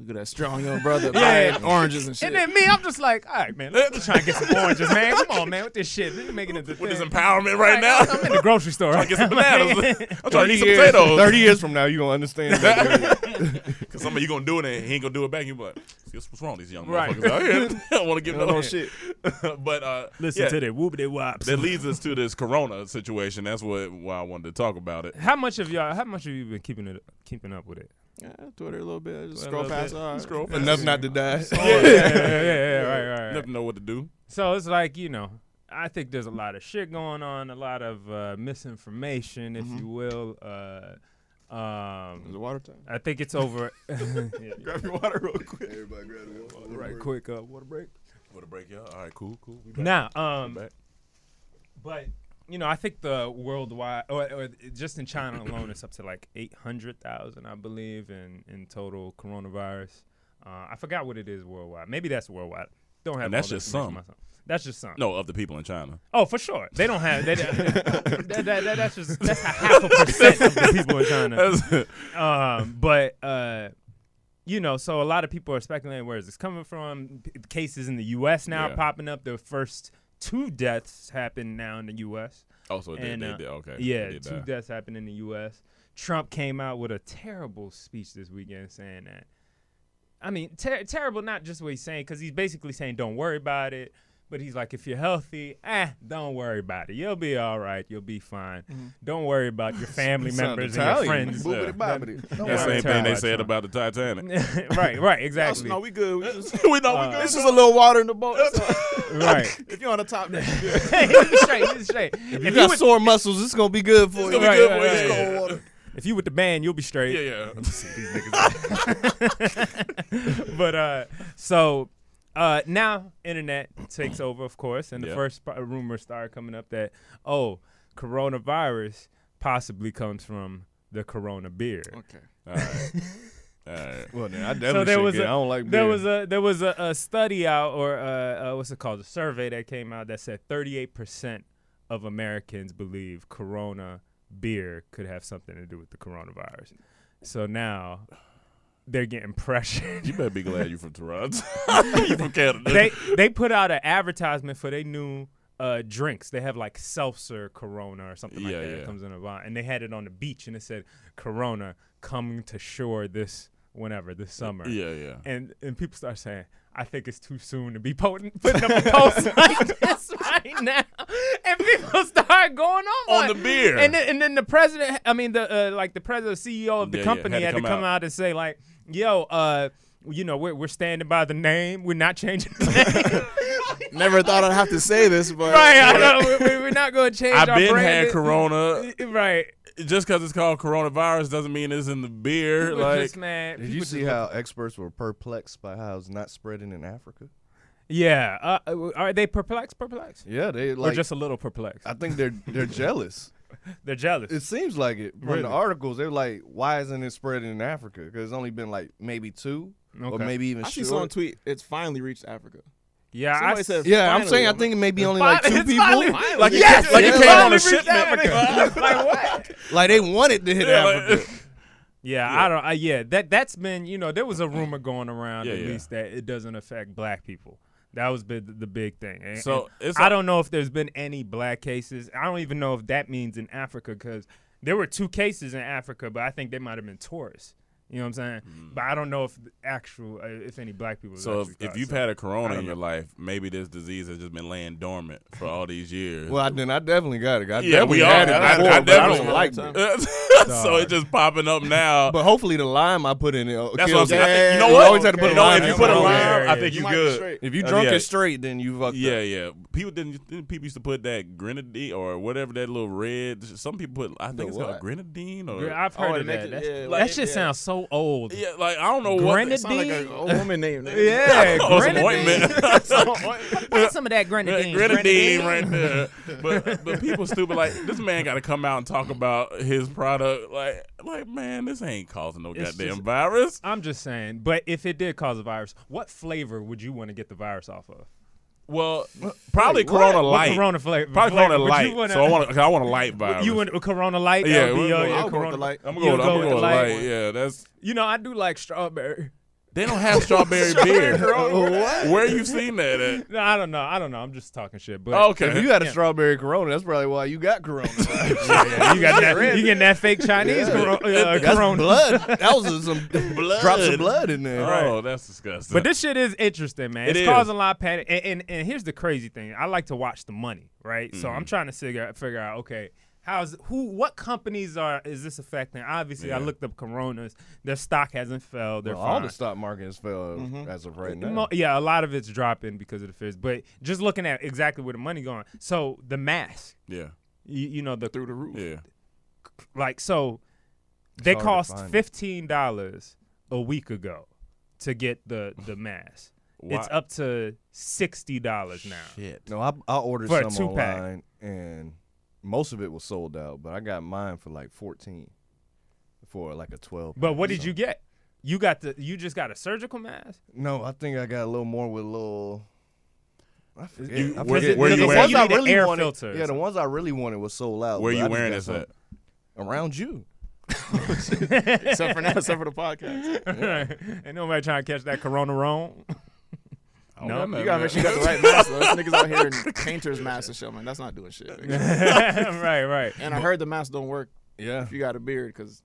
H: Look at that strong young brother.
F: Yeah.
H: buying oranges and shit.
F: And then me, I'm just like, all right, man, let's try and get some oranges, man. Come on, man, with this shit. This is making it the
C: With this
F: thing.
C: empowerment right
F: Like,
C: now,
F: I'm in the grocery store.
C: I get some bananas. I'm trying to eat some
G: years,
C: potatoes.
G: Thirty years from now, you gonna understand. That dude.
C: Cause some of you gonna do it and he ain't gonna do it back. You be like, see what's what's wrong with these young
F: Right. Oh,
C: motherfuckers out here? They don't want to give no,
H: no, no shit.
C: but uh,
F: Listen
C: yeah,
F: to that whoopity wops.
C: That leads us to this corona situation. That's what why I wanted to talk about it.
F: How much of y'all? How much have you been keeping it keeping up with it?
H: Yeah, Twitter a little bit. I just
C: A
H: scroll
C: little
H: past.
C: bit.
H: All right.
C: Scroll past.
G: Enough not to die.
F: yeah, yeah, yeah, yeah, right, right, right.
C: Nothing know what to do.
F: So it's like you know, I think there's a lot of shit going on, a lot of uh, misinformation, if you will. Uh,
H: There's a
F: um,
H: water time.
F: I think it's over.
H: Grab your water real quick.
G: Everybody grab the water.
F: right, quick uh, water break.
C: What a break, y'all. All right, cool, cool. We back.
F: Now, um,
C: back.
F: but you know, I think the worldwide, or, or just in China alone, it's up to like eight hundred thousand, I believe, in in total coronavirus. Uh, I forgot what it is worldwide. Maybe that's worldwide. Don't have
C: And that's
F: all that
C: just
F: information
C: some.
F: myself. That's just some.
C: No, of the people in China.
F: Oh, for sure. They don't have. They, that, that, that, that's just that's a half a percent of the people in China. Um, but uh, you know, so a lot of people are speculating where is this coming from. P- cases in the U.S. now
C: Yeah.
F: are popping up. The first two deaths happen now in the U.S.
C: Also, they,
F: And,
C: they
F: uh,
C: Oh, did okay.
F: Yeah,
C: they did
F: two
C: die.
F: deaths happened in the U.S. Trump came out with a terrible speech this weekend saying that. I mean, ter- terrible, not just what he's saying, because he's basically saying, don't worry about it. But he's like, if you're healthy, eh, don't worry about it. You'll be all right. You'll be fine. Don't worry about your family
G: Mm-hmm. sound
F: members and your
G: Italian.
F: friends. uh,
G: Boobity bobbity. Don't
C: The
G: worry.
C: same thing they said
F: Terrible.
C: about the Titanic.
F: right, right,
H: Also,
F: exactly.
H: no, we good. We just-
C: we know
G: Uh,
C: we
H: this is a little water in the boat.
F: right.
H: if you're on the top, that's good.
F: he's straight, he's straight. If
G: You
F: you,
G: got
F: with,
G: sore muscles. It's gonna be good for you.
C: gonna be
F: Right,
C: good
F: right,
C: for you.
F: right,
C: It's
F: right.
C: cold water.
F: if you with the band, you'll be straight.
C: Yeah, yeah. Let me see these niggas.
F: but uh, so uh, now internet takes over, of course, and the
C: Yeah.
F: first sp- rumor started coming up that oh, coronavirus possibly comes from the Corona beer.
H: Okay.
C: All right.
G: Well, then I
F: So
G: definitely
F: there
G: shouldn't
F: was
G: get
F: a,
G: it. I don't like
F: there
G: beer.
F: was a there was a, a study out or uh, uh, what's it called a survey that came out that said 38 percent of Americans believe Corona beer could have something to do with the coronavirus. So now they're getting pressured.
C: You better be glad you from Toronto. you from Canada.
F: they they put out an advertisement for their new uh, drinks. They have like seltzer Corona or something like
C: Yeah,
F: that.
C: yeah.
F: It comes in a bottle, and they had it on the beach, and it said Corona coming to shore this whenever this summer.
C: yeah, yeah.
F: And and people start saying, I think it's too soon to be potent, putting up a post like this right now. And people start going on
C: On
F: like-
C: the beer.
F: And then, and then the president, I mean the uh, like the president, CEO of the
C: Yeah, yeah,
F: company had, to come out.
C: out.
F: and say like, yo, uh, you know, we're we're standing by the name. We're not changing the name.
H: Never thought I'd have to say this, but
F: right? I know, we- we- we're not going to change.
C: I've
F: our
C: been
F: brand.
C: had Corona.
F: Right.
C: Just because it's called coronavirus doesn't mean it's in the beer.
F: People
C: Like,
F: just, man,
G: Did you
F: people
G: see
F: just-
G: how experts were perplexed by how it's not spreading in Africa?
F: Yeah. Uh, are they perplexed? Perplexed?
G: Yeah, they
F: or
G: like.
F: just a little perplexed?
G: I think they're they're jealous.
F: They're jealous.
G: It seems like it from
F: Really?
G: the articles. They're like, why isn't it spreading in Africa? Because it's only been like maybe two, or
F: Okay.
G: maybe even.
H: I see
G: shorter.
H: someone tweet. It's finally reached Africa.
F: yeah. I
H: Somebody
F: s-
H: said,
G: Yeah, I'm
H: finally,
G: saying I
H: I'm
G: think maybe only
F: Finally,
G: like two
F: it's
G: people.
F: finally-
H: like it
F: yes,
H: came-
C: like
G: yeah.
C: it came out of a
F: Finally reached
C: shipment.
F: like what?
G: Like they wanted to hit
C: Yeah, like-
G: Africa.
F: Yeah, I don't. I, yeah, that that's been you know there was a rumor going around
C: Yeah,
F: at
C: yeah.
F: least that it doesn't affect black people. That was the, the big thing. And-
C: So,
F: and
C: it's
F: I
C: a-
F: don't know if there's been any black cases. I don't even know if that means in Africa because there were two cases in Africa, but I think they might have been tourists. You know what I'm saying? But I don't know if the actual uh, if any black people. was
C: Mm. so if,
F: actually
C: if
F: caught,
C: you've
F: so-
C: had a corona in
F: know.
C: your life, maybe this disease has just been laying dormant for all these years.
G: Well, then I definitely got it. I
C: yeah, we
G: definitely
C: all.
G: had it
C: I,
G: before,
C: I
G: but I
C: definitely
G: don't like
H: it.
G: it.
C: so it's just popping up now.
G: But hopefully the lime I put in it.
C: That's
G: kills
C: what I'm saying. I
G: it.
C: think- you know
G: You
C: what?
G: always had to put
C: you
G: a
C: know,
G: lime
C: if you
G: in
C: put a
G: it.
C: lime, I
F: Yeah,
C: think
H: You
C: you
H: might be
C: good.
H: straight.
G: If you
C: Uh,
G: drunk
C: yeah.
G: it straight, then you fucked
C: Yeah,
G: up.
C: yeah. People didn't. didn't people used to put that grenadine or whatever that little red. Some people put. I think
G: The
C: it's called
G: what?
C: grenadine or.
F: I've
H: Oh,
F: heard
H: it
F: of
H: make
F: that.
H: it-
F: That's-
H: yeah,
F: that
H: like-
F: shit
H: yeah.
F: sounds so old.
C: yeah, like I don't know
F: Grenadine?
C: what.
H: Sound like an old woman name. nigga.
F: Yeah,
C: Oh, some
F: grenadine.
C: ointment.
F: Some ointment. Buy some of that grenadine.
C: Grenadine right there, but but people stupid like this man got to come out and talk about his product like like man this ain't causing no
F: It's
C: goddamn
F: just-
C: virus.
F: I'm just saying, but if it did cause a virus, what flavor would you want to get the virus off of?
C: Well, probably Corona
F: What
C: Light,
F: Corona flavor?
C: probably
F: flavor
C: Corona
F: would
C: Light.
F: You wanna,
C: so I want I want a light virus.
F: you want a Corona light?
C: Yeah,
F: That would
C: we'll
F: be your,
C: go-
F: your
C: I'll
H: go with
F: Corona
H: the light.
C: I'm
F: You'll
C: going. I'm
F: with
C: going
F: the light.
C: light. Yeah, that's
F: You know, I do like strawberry.
C: they don't have strawberry beer.
G: What?
C: Where you seen that at?
F: No, I don't know. I don't know. I'm just talking shit. But
C: Okay.
G: If you had a strawberry Corona, that's probably why you got Corona.
F: yeah, you got that. You getting that fake Chinese Corona? Uh,
G: That's
F: corona.
G: blood. That was some drops of blood in there.
C: Oh, that's disgusting.
F: But this shit is interesting, man.
C: It
F: it's
C: is.
F: causing a lot of panic. And, and and here's the crazy thing: I like to watch the money, right? So I'm trying to figure out, figure out, okay, how's who, what companies are is this affecting? Obviously, I
C: Yeah.
F: looked up Coronas. Their stock hasn't fell. They're
G: Well, all
F: fine.
G: the stock market has fell
C: Mm-hmm.
G: as of right now.
F: Mo- yeah, a lot of it's dropping because of the fears. But just looking at exactly where the money going. So the mask,
C: yeah,
F: you, you know, the
H: Through the roof.
C: yeah.
F: like so they
G: hard to
F: cost
G: find.
F: fifteen dollars a week ago to get the the mask.
C: Why-
F: It's up to sixty dollars now.
G: No, I, I ordered
F: For a
G: some
F: two-pack.
G: online, and most of it was sold out. But I got mine for like fourteen, for like a twelve.
F: But what did you get? You got the you just got a surgical mask.
G: No, I think I got a little more with a little. I forget.
C: You-
G: I
C: where-
G: forget.
C: where you
G: the
C: wearing-
G: ones
C: You
G: I
F: need an
G: really
F: air
G: wanted,
F: filter
G: Yeah,
F: or
G: the
F: something.
G: ones I really wanted was sold out.
C: Where
G: but
C: you
G: Oh, I just
C: wearing
G: got
C: this at?
G: some Around you.
H: Except for now, except for the podcast.
F: Ain't nobody trying to catch that corona wrong. No,
H: You gotta make sure you got the right mask. though. Those niggas out here in painters masks and shit, man. That's not doing shit. nigga.
F: right, right.
H: And I heard the mask don't work
G: Yeah.
H: if you got a beard because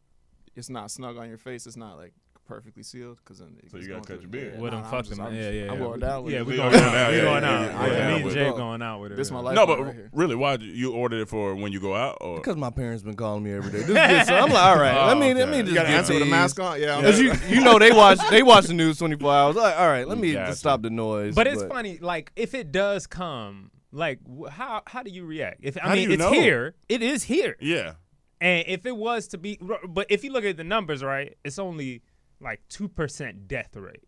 H: it's not snug on your face. It's not like perfectly sealed because then it
C: So
H: gets
C: you gotta
H: going
C: cut
H: through
C: your
H: the-
C: beard.
H: nah,
F: Well, them
H: nah, I'm
F: fuck
H: just-
F: them.
H: I'm
F: Yeah,
H: just-
F: yeah.
H: I'm going down with
F: Yeah,
H: it.
F: we
C: We
F: going
C: going
F: out.
C: out,
F: We
C: yeah,
F: going
C: yeah,
F: out.
C: yeah, yeah.
F: Me and
C: Yeah,
F: Jay
H: we
F: going out with it.
H: This my life.
C: No,
H: right
C: but
H: here.
C: really, why did you ordered it for when you go out? Or
G: Because my parents been calling me every day. This is good. So I'm like, all right,
F: Oh,
G: let me let
C: okay.
G: me just
C: You
H: You gotta
G: get
H: answer with a
G: these.
H: mask on. Yeah. I'm-
G: Cause you you know they watch they watch the news 24 hours. Like, all right, let me
C: Gotcha.
G: just stop the noise.
F: But it's funny, like if it does come, like wh- how how do you react? If I
C: How do
F: mean,
C: you
F: it's
C: know?
F: here, it is here,
C: yeah,
F: and if it was to be, but if you look at the numbers, right, it's only like two percent death rate,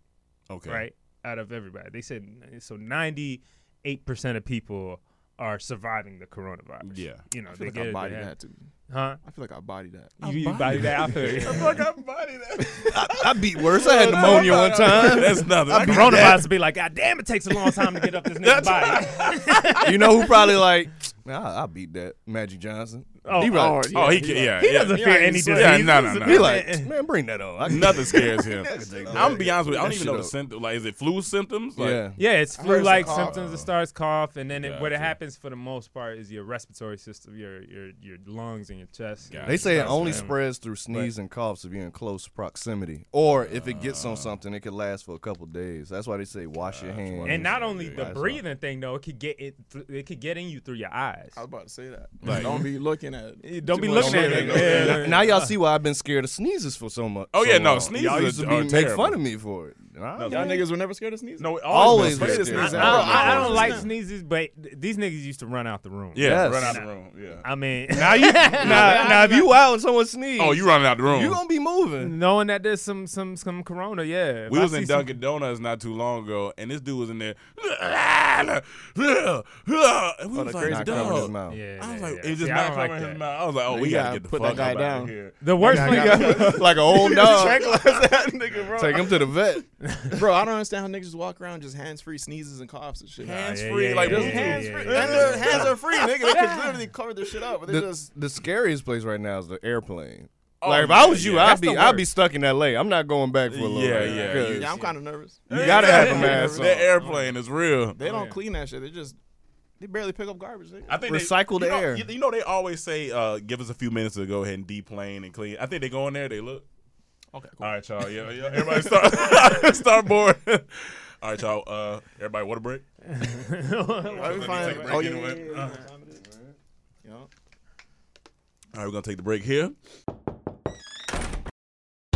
C: okay,
F: right, out of everybody. They said so ninety eight percent of people are surviving the coronavirus.
C: Yeah.
F: you know
H: I
F: they
H: feel like
F: get
H: I
F: it,
H: bodied
F: they have-
H: that too.
F: huh?
H: I feel like I bodied that.
F: You, you body that out there.
G: I beat worse. I had pneumonia one time.
C: That's nothing. I got that.
F: Coronavirus would be like, God damn, it takes a long time to get up this nigga's body.
G: You know who probably like, nah, I, I beat that Magic Johnson.
F: Oh,
G: he probably-
F: oh,
C: Oh, he can, yeah,
F: He
C: yeah.
F: doesn't
C: yeah.
F: fear any disease.
C: Yeah, no, no, no.
G: He like, man, bring that on. I can-
C: Nothing scares him.
G: take that.
C: I'm gonna be honest with you. I don't
G: That
C: even
G: shit
C: know the
G: up.
C: symptoms. Like, is it flu symptoms? Like,
G: yeah.
F: Yeah, it's
H: heard it's a
F: flu-like
H: cough.
F: symptoms. It starts cough, and then it, what
C: Gotcha.
F: it happens for the most part is your respiratory system, your your your lungs and your chest.
C: Gotcha.
G: They say it
F: Starts
G: only
F: to-
G: spreads through sneeze and coughs if you're in close proximity, or if it gets
C: Uh.
G: on something, it could last for a couple days. That's why they say wash your hands.
F: And not only the
G: That's why-
F: breathing thing though, it could get it th- it could get in you through your eyes.
H: I was about to say that.
C: Like-
H: don't be looking at. it.
F: Don't be
H: Too much
F: looking at
H: smoke.
F: it. Yeah, yeah, yeah.
G: Now y'all see why I've been scared of sneezes for so much.
C: Oh, yeah,
G: so
C: no,
G: long.
C: sneezes
G: Y'all used to
C: are- are
G: be make
C: terrible.
G: fun of me for it. And I-
H: Y'all niggas were never scared of sneezing.
C: No, it always
G: Always
C: been
G: been
C: scared.
G: scared.
F: I,
G: Exactly.
F: I don't, I- I
H: Yeah.
F: don't like sneezes, but th- these niggas used to run out the room.
C: Yeah,
G: Yes.
C: run out the room. Yeah.
F: I mean,
G: now, now if you out and someone sneeze,
C: Oh, you running out the room?
G: you gonna be moving.
F: knowing that there's some some some corona, yeah. If
C: We
F: I
C: was
F: see
C: in
F: some-
C: Dunkin' Donuts not too long ago, and this dude was in there. And we was
G: It's
C: like,
G: not covering his
C: dog.
G: mouth.
F: Yeah,
C: I was
F: yeah,
C: like,
F: yeah.
C: it's just
F: See, I
C: not
F: don't like
C: covering
F: that.
C: his mouth. I was like, oh,
H: You
C: we gotta
H: gotta
C: get the
H: put
C: fuck
H: that guy
C: up out of
H: down.
C: here.
F: The worst thing.
G: like an old dog.
H: that nigga, bro.
G: Take him to the vet.
H: bro, I don't understand how niggas walk around just hands free sneezes and coughs and shit.
C: Hands
F: yeah,
C: free,
F: yeah,
C: like
F: yeah,
C: Bluetooth.
F: yeah, yeah,
C: hands
F: yeah,
C: free.
F: yeah.
H: And their hands are free, nigga. They could literally cover this shit up, but they
G: The,
H: just
G: the scariest place right now is the airplane.
C: Oh,
G: like if I was
C: yeah,
G: you,
C: yeah.
G: I'd
F: That's
G: be
F: the
G: I'd be
F: worst.
G: stuck in L.A. I'm not going back for a little.
C: Yeah,
G: bit,
C: yeah,
G: 'cause
H: yeah, I'm kind of nervous.
G: You gotta have a mask
C: That
G: on.
C: airplane is real.
H: They don't clean that shit. They just they barely pick up garbage. Nigga.
C: I think they-
G: Recycled
C: you know,
G: air.
C: You, you know they always say, uh, "Give us a few minutes to go ahead and deplane and clean." I think they go in there. They look.
H: Okay,
C: All right, y'all. Yeah, yeah. Everybody start start board. All right, y'all. Uh, everybody, water break.
H: Why we
C: Let me
H: find-
C: take a break
H: Oh yeah, yeah,
C: anyway. Uh-huh.
H: yeah, yeah. Yeah.
C: All right, we're gonna take the break here.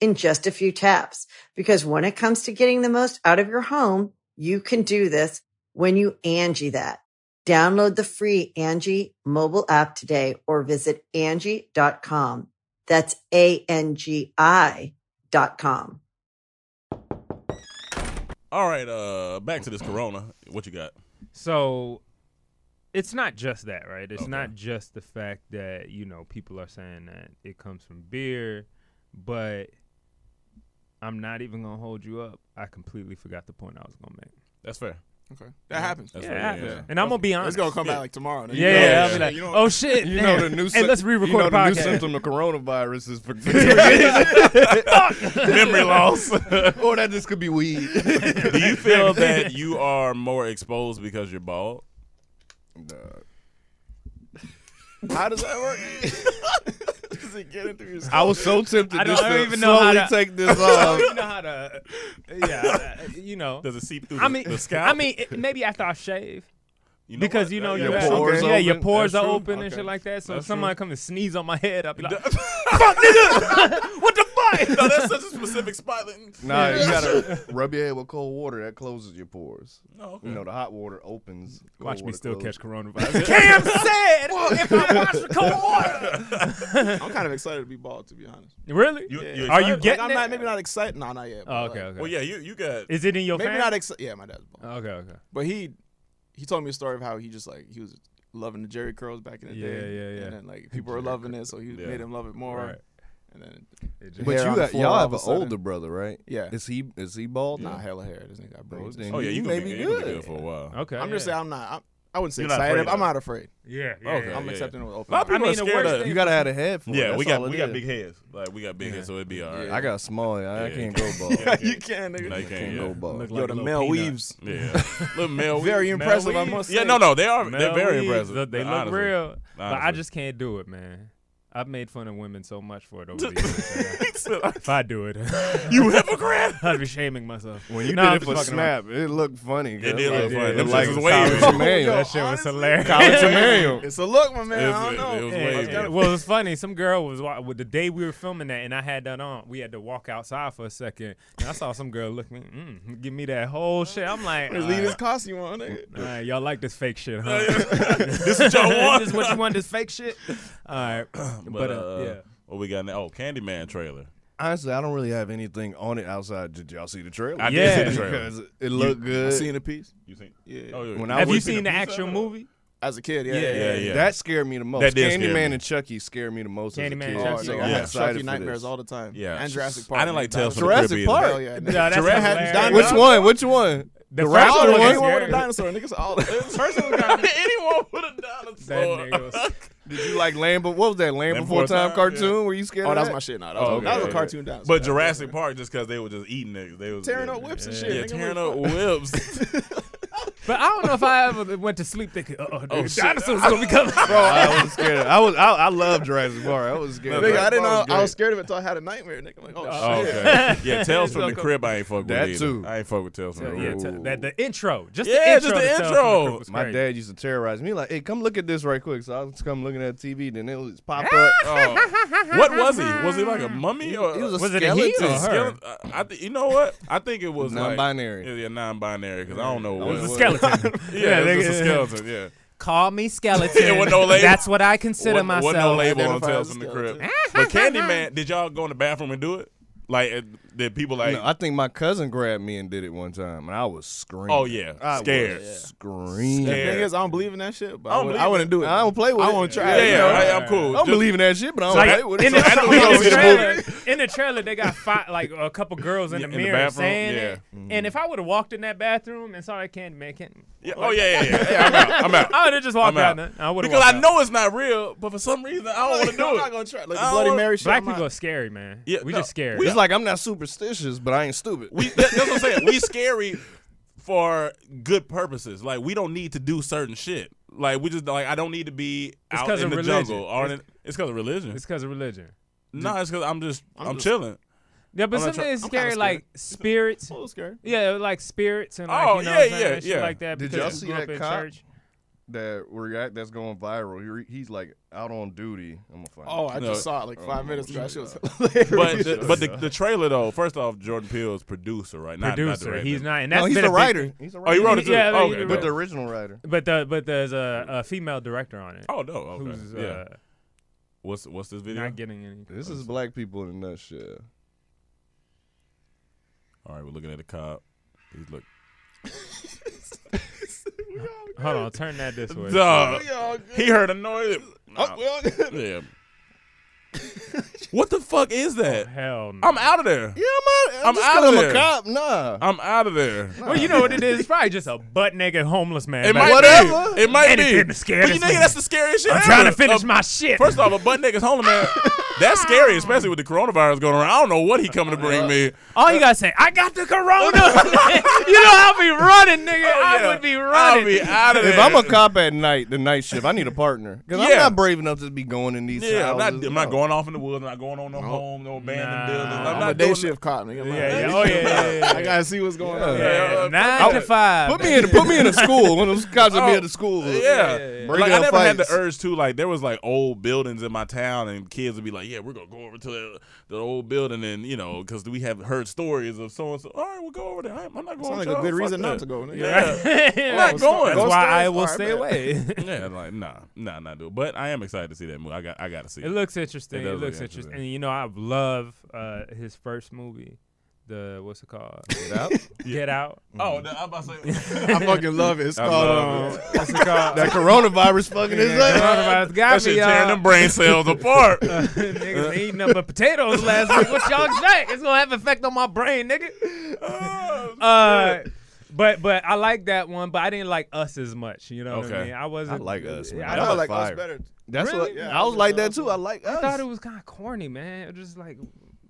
I: in just a few taps. Because when it comes to getting the most out of your home, you can do this when you Angie that. Download the free Angie mobile app today or visit Angie.com. That's A-N-G-I dot com.
C: All right, uh, back to this Corona. What you got?
F: So it's not just that, right? It's
C: Okay.
F: not just the fact that, you know, people are saying that it comes from beer, but I'm not even going to hold you up. I completely forgot the point I was going to make.
C: That's fair.
H: Okay. That happens.
F: That's Yeah, what it happens. is. And I'm gonna be
H: It's
F: honest.
H: gonna come
F: Yeah.
H: back like tomorrow.
F: Yeah, yeah, I'll be like, oh, shit,
G: You
F: damn.
G: know the new.
F: Hey,
G: sym-
F: let's re-record
G: you know
F: the
G: the new
F: podcast.
G: symptom of coronavirus is for-
C: Fuck. Memory loss.
G: or that this could be weed.
C: Do you feel that you are more exposed because you're bald?
H: How does that work? Does it get it through your skull?
G: I was so tempted
F: I don't,
G: just
F: I don't
G: to
F: even know how
G: slowly
F: to
G: take this
F: I
G: off.
F: don't even know how to. Yeah, uh, you know.
C: Does it seep through
F: I
C: the-
F: mean,
C: the scalp?
F: I mean, it- maybe after I shave.
C: You know
F: because
C: what?
F: you know
C: That-
F: you
C: your
F: got-
C: pores
F: yeah, your
C: open.
F: pores
C: That's
F: are
C: true.
F: open and
C: Okay.
F: shit like that. So if
C: That's
F: somebody
C: true.
F: come and sneeze on my head, I'll be like,
C: no, that's such a specific spot. that-
G: Nah, you gotta rub your head with cold water. That closes your pores.
C: Oh, okay.
G: You know, the hot water opens. cold
F: Watch me
G: water
F: still
G: closes.
F: catch coronavirus. Cam said, if I watch the cold
H: water. I'm kind of excited to be bald, to be honest.
F: Really?
C: You-
H: Yeah.
C: you
F: Are
C: excited?
F: you
H: Like,
F: getting
H: I'm
F: it?
H: not maybe not excited. No, not yet. but,
F: Oh, okay,
H: like,
F: okay. Oh.
C: Well, yeah, you you got.
F: Is it in your
H: maybe
F: family?
H: not excited. Yeah, my dad's bald.
F: Okay, okay.
H: But he he told me a story of how he just like he was loving the Jerry curls back in the
F: Yeah,
H: day.
F: yeah, yeah.
H: And then like people were loving it, so he
C: Yeah.
H: made him love it more.
F: Right.
H: And then
G: But
H: hair
G: you
H: on the
G: got,
H: floor
G: y'all
H: all
G: have
H: of a
G: an
H: sudden.
G: older brother, right?
H: Yeah.
G: Is he is he bald?
H: Nah,
G: now?
H: hella hair. This nigga got braids.
G: then
C: Oh yeah,
G: you
C: you
G: may
C: gonna be good.
G: be
C: You gonna be
G: good.
C: good for a while.
F: Okay.
H: I'm just
F: yeah.
H: saying I'm not. I'm, I wouldn't say
C: You're not
H: excited.
C: afraid of
H: I'm
C: it.
H: not afraid.
F: Yeah, yeah,
C: Okay.
F: yeah.
H: I'm
C: yeah.
H: accepting it with
C: A lot of
H: open.
F: I
C: people are
F: mean, the
C: scared
F: worst
C: of.
F: thing-
G: You gotta have a head for it.
C: Yeah,
G: That's
C: we got
G: all it
C: we got
G: is.
C: big heads. Like we got big heads, so it'd be all right.
G: I got small. head. I
C: Yeah,
G: can't
C: you
G: go bald.
C: Yeah,
H: You can, nigga.
C: No, you
G: Can't
C: can't.
G: go
C: yeah.
G: bald.
F: Like
H: Yo, the
F: a little
H: male
F: peanut.
H: weaves.
C: Yeah, look, Mel.
H: Very
C: Weed- Mel
H: impressive, I
C: Weed.
H: must
C: Yeah,
H: say.
C: no, no, they are. They're
F: Mel
C: very
F: Reeves,
C: impressive.
F: look, They look
C: honestly.
F: real, but I
C: Honestly.
F: just can't do it, man. I've made fun of women so much for it over the years. man. if I do it,
C: You hypocrite.
F: I'd be shaming myself.
G: When you
F: No, I'm
G: did it for
F: just fucking around.
G: Snap, it looked funny.
C: It did look funny.
F: yeah,
C: Them
F: it
C: shits
F: like
C: was
F: the
C: wavy.
F: college-
G: man.
F: That shit was hilarious.
G: College Emmanuel.
H: It's a look, my man.
C: It's-
H: I don't know.
C: it was
F: Yeah,
C: wavy.
F: yeah. Well, it's funny. Some girl was wa- with the day we were filming that, and I had that on. We had to walk outside for a second, and I saw some girl looking, mm, give me that whole shit. I'm like, all
H: Leaders
F: right,
H: cost you one, nigga.
F: all right, y'all like this fake shit, huh?
C: this is y'all want.
F: this is what you want, this fake shit. All right, but,
C: But
F: uh,
C: uh,
F: yeah.
C: what we got now? Oh, Candyman trailer.
G: Honestly, I don't really have anything on it outside. Did y'all see the trailer?
C: I
F: Yeah.
C: did see the trailer.
G: because it looked
H: I
G: good.
H: seen a piece
C: You seen?
H: Yeah.
C: Oh, yeah.
G: When I
F: Have
G: was
F: you
G: seen
F: seen the
C: piece of
F: actual
C: it?
F: movie?
H: as a kid. Yeah,
F: Yeah,
H: yeah.
C: yeah.
G: That scared me the most.
C: That did scare
G: Candyman
C: me.
G: and Chucky scared me the most. as a
F: Candyman
G: kid.
F: and
H: Oh,
F: Chucky.
H: nigga,
G: I'm
H: I
C: Yeah.
H: have
G: excited
H: Chucky
G: for
H: nightmares
G: this.
H: all the time.
C: Yeah.
H: And Jurassic Park.
C: I didn't like Tales from the
G: Jurassic
C: Crib
G: Park.
C: either.
H: Hell yeah.
F: No, that's
H: Jurassic
F: hilarious.
G: Which one? Which one?
F: The
G: raptor
F: first
G: one?
F: was
H: Anyone with a
F: scary.
H: dinosaur, niggas all.
C: First of all, anyone with a
F: That
C: dinosaur.
F: nigga was
G: Did you like Land? But what was that Land,
C: Land
G: Before
C: Before
G: Time,
C: Time,
G: cartoon?
C: yeah.
G: Were you scared?
H: Oh,
G: of
H: that's
G: that?
H: my shit. Nah, that was,
C: Oh,
H: that was
C: okay.
H: a cartoon dinosaur.
C: But Jurassic Park, just because they were just eating niggas, they was
H: tearing
C: yeah.
H: up whips and
C: Yeah,
H: shit. nigga,
C: tearing
H: what
C: up
H: the
C: whips.
F: But I don't know if I ever went to sleep thinking, uh oh,
C: Oh, shit.
F: dinosaurs gonna be coming.
G: Bro, I was scared. I was. I, I love Jurassic Park. I was
H: fuck?
G: scared.
H: Nigga, I didn't know.
G: Jurassic
H: I was
G: Park
H: scared of it until I had a nightmare. Nigga, I'm like, oh,
C: Oh,
H: shit.
C: okay. Yeah, Tales from the
F: So-
C: Crib. I ain't fuck with
G: That
C: either.
G: too.
C: I ain't fuck with Tales from the
F: Yeah,
C: Crib.
F: t- that the intro, just
C: Yeah, just
F: the intro.
C: the
F: to Tales from
C: intro.
F: Crypt was
G: was great. My
F: crazy.
G: dad used to terrorize me. Like, hey, come look at this right quick. So I would come looking at TV, then it would just pop up.
C: Oh. What was he? Was he like a mummy or
G: He was a
F: Was it a
G: skeleton.
F: he or her?
C: skeleton? I, I thi- you know what? I think it was like-
G: Non-binary.
C: yeah, yeah, non-binary because I don't know
G: That
C: what
F: It was a
G: What?
F: skeleton.
C: Yeah, it was
F: nigga.
C: just a skeleton. Yeah,
F: Call me skeleton.
C: It wasn't no label.
F: That's what I consider
C: Wasn't-
F: myself.
C: wasn't no label on
H: Identify
C: Tales
H: as
C: from
H: a
C: the Crib.
H: skeleton.
C: But Candyman, did y'all go in the bathroom and do it? Like, uh, did people like?
G: No, I think my cousin grabbed me and did it one time, and I was screaming.
C: oh yeah,
G: I
C: scared.
G: was screaming.
H: The thing
C: Yeah.
H: is, I don't believe in that shit. But
C: I
H: I,
C: don't
H: would,
C: believe
H: I
C: in
H: wouldn't do it.
G: I don't play with
H: I
G: it.
H: won't
C: Yeah,
H: try.
C: yeah,
H: No.
C: I, am cool.
G: I don't
C: Just-
G: believe in that shit, but I don't
F: Like,
G: play with it.
F: in, the,
G: so I don't know
F: in,
G: if
F: the
G: it's
F: trailer,
G: cool.
F: in the trailer, they got five, like a couple girls in
C: Yeah,
F: the
C: in the
F: mirror
C: bathroom,
F: saying
C: yeah. Mm-hmm.
F: it. And if I would have walked in that bathroom and saw that Candyman, can
C: Yeah, oh yeah, yeah, yeah. yeah I'm out. I'm out.
F: I would have just walked
C: I'm out.
F: out. then. I would
C: because I know it's not real, but for some reason I don't want to do
H: I'm
C: it.
H: not gonna try. Like the
C: I
H: Bloody
C: don't-
H: Mary shit.
F: black
H: I'm not-
F: people are scary, man.
C: Yeah,
F: we
C: no,
F: just scared.
C: we-
G: It's like I'm not superstitious, but I ain't stupid.
C: We that, that's what I'm saying. We scary for good purposes. Like we don't need to do certain shit. Like we just like I don't need to be out
F: 'cause
C: in
F: of
C: the
F: religion.
C: jungle. Or in, it's because of religion.
F: it's because of religion.
C: no, it's because I'm just I'm,
H: just-
C: chilling.
F: Yeah, but
C: I'm not
F: something
C: try-
F: is
H: I'm kinda
F: scary,
H: scared.
F: like spirits.
H: A little scary.
F: Yeah, like spirits and like
C: Oh,
F: you know
C: yeah,
F: what I'm saying,
C: yeah,
F: and
C: yeah.
F: shit like that.
G: Did
F: because
G: y'all
F: you
G: see
F: grew
G: that
F: up in
G: cop?
F: church.
G: That react that's going viral. He, he's like out on duty. I'm gonna find.
H: Oh, I
C: No.
H: just saw it like five minutes ago. That shit was
C: But
H: hilarious.
C: the, but the, the trailer though. First off, Jordan Peele is producer, right? Not,
F: Producer,
C: Not
F: he's
C: director.
F: not, and
G: no,
F: that's
G: he's
F: been
G: the
F: a big
G: writer.
F: thing.
G: He's the
C: Oh,
G: writer.
C: you wrote it too.
F: Yeah, they-
C: okay,
F: they-
C: dope.
G: But the original writer.
F: But the but there's a, a female director on it.
C: oh no. Okay.
F: who's
C: yeah.
F: uh,
C: what's what's this video?
F: not getting any?
G: This is black people in a nutshell.
C: All right, we're looking at the cop. He's look.
F: Hold on, turn that this way.
C: Duh.
H: We all good.
C: He heard a noise. Nah.
H: Oh, we all good.
C: Yeah. What the fuck is that?
F: Oh, hell
C: I'm out of there. Yeah,
F: I'm out-
C: I'm,
F: just
C: out
F: 'cause
C: of
F: I'm a
C: there.
F: cop,
G: nah.
C: I'm out of there.
F: Well, you know what it is? It's probably just a butt naked homeless man.
C: It
F: back
C: might
F: there.
C: be. It might be.
F: Anything To scare
C: but you
F: this
C: think
F: man.
C: that's the scariest shit?
F: I'm
C: ever.
F: trying to finish
C: Uh,
F: my shit.
C: First off, a butt nigga's homeless man. That's scary, especially with the coronavirus going around. I don't know what he coming to bring me.
F: All you gotta say, I got the
C: Oh,
F: corona. you know, I'll be running, nigga. I would be running.
C: I'll be out of
G: If
C: there.
G: I'm a cop at night, the night shift, I need a partner because
C: Yeah.
G: I'm not brave enough to be going in these.
C: yeah, I'm not,
G: houses.
C: I'm not going off in the woods. I'm not going on no home, no abandoned buildings. I'm,
H: I'm
C: not
H: a day
C: doing
H: shift cop,
C: Yeah,
H: nigga. I'm out.
C: yeah, oh yeah, yeah, yeah, yeah.
H: I gotta see what's going on.
C: Yeah,
F: Nine to five.
G: Put me in. Put me in a school. One of those cops would be at the school.
C: Oh, Yeah,
G: Bring
C: like I
G: down
C: never had the
G: fights.
C: urge to. Like there was like old buildings in my town, and kids would be like, "Yeah, we're gonna go over to the, the old building," and you know, because we have heard stories of so and so. All right, we'll go over there. I'm, I'm not going.
H: Sounds like
C: with
H: a
C: y'all.
H: good
C: Fuck
H: reason not
C: that.
H: to go, nigga.
C: Yeah,
H: Yeah.
C: I'm
H: Well,
C: not going.
F: that's why I will
H: Alright,
F: stay
H: bet.
F: away.
C: yeah, like nah, nah, not do it. But I am excited to see that movie. I got, I got to see it.
F: It looks interesting. It,
C: does look
F: looks interesting. And you know, I love uh, his first movie. The what's it called? Get
G: Out?
F: Get out.
C: Oh, no, I'm about to say.
H: I fucking love it. It's
C: I
H: called.
C: love
H: um,
F: What's it called?
G: That coronavirus fucking is
F: Yeah,
G: that.
F: coronavirus got
C: That
F: me,
C: shit
F: y'all.
C: tearing them brain cells apart.
F: Niggas eating up my potatoes last week. What y'all expect? It's gonna have effect on my brain, nigga. Uh, but but I like that one, but I didn't like us as much. You know what I
C: Okay.
F: mean? I wasn't.
G: I like us. Man.
F: Yeah, I
G: That
H: I
G: was
H: like us
G: fire.
H: better.
G: That's
F: Really?
G: what
H: Yeah,
G: I
H: I
G: was
H: was
G: like
H: gonna
G: that too. I like us.
F: I thought it was kind of corny, man. It was just like,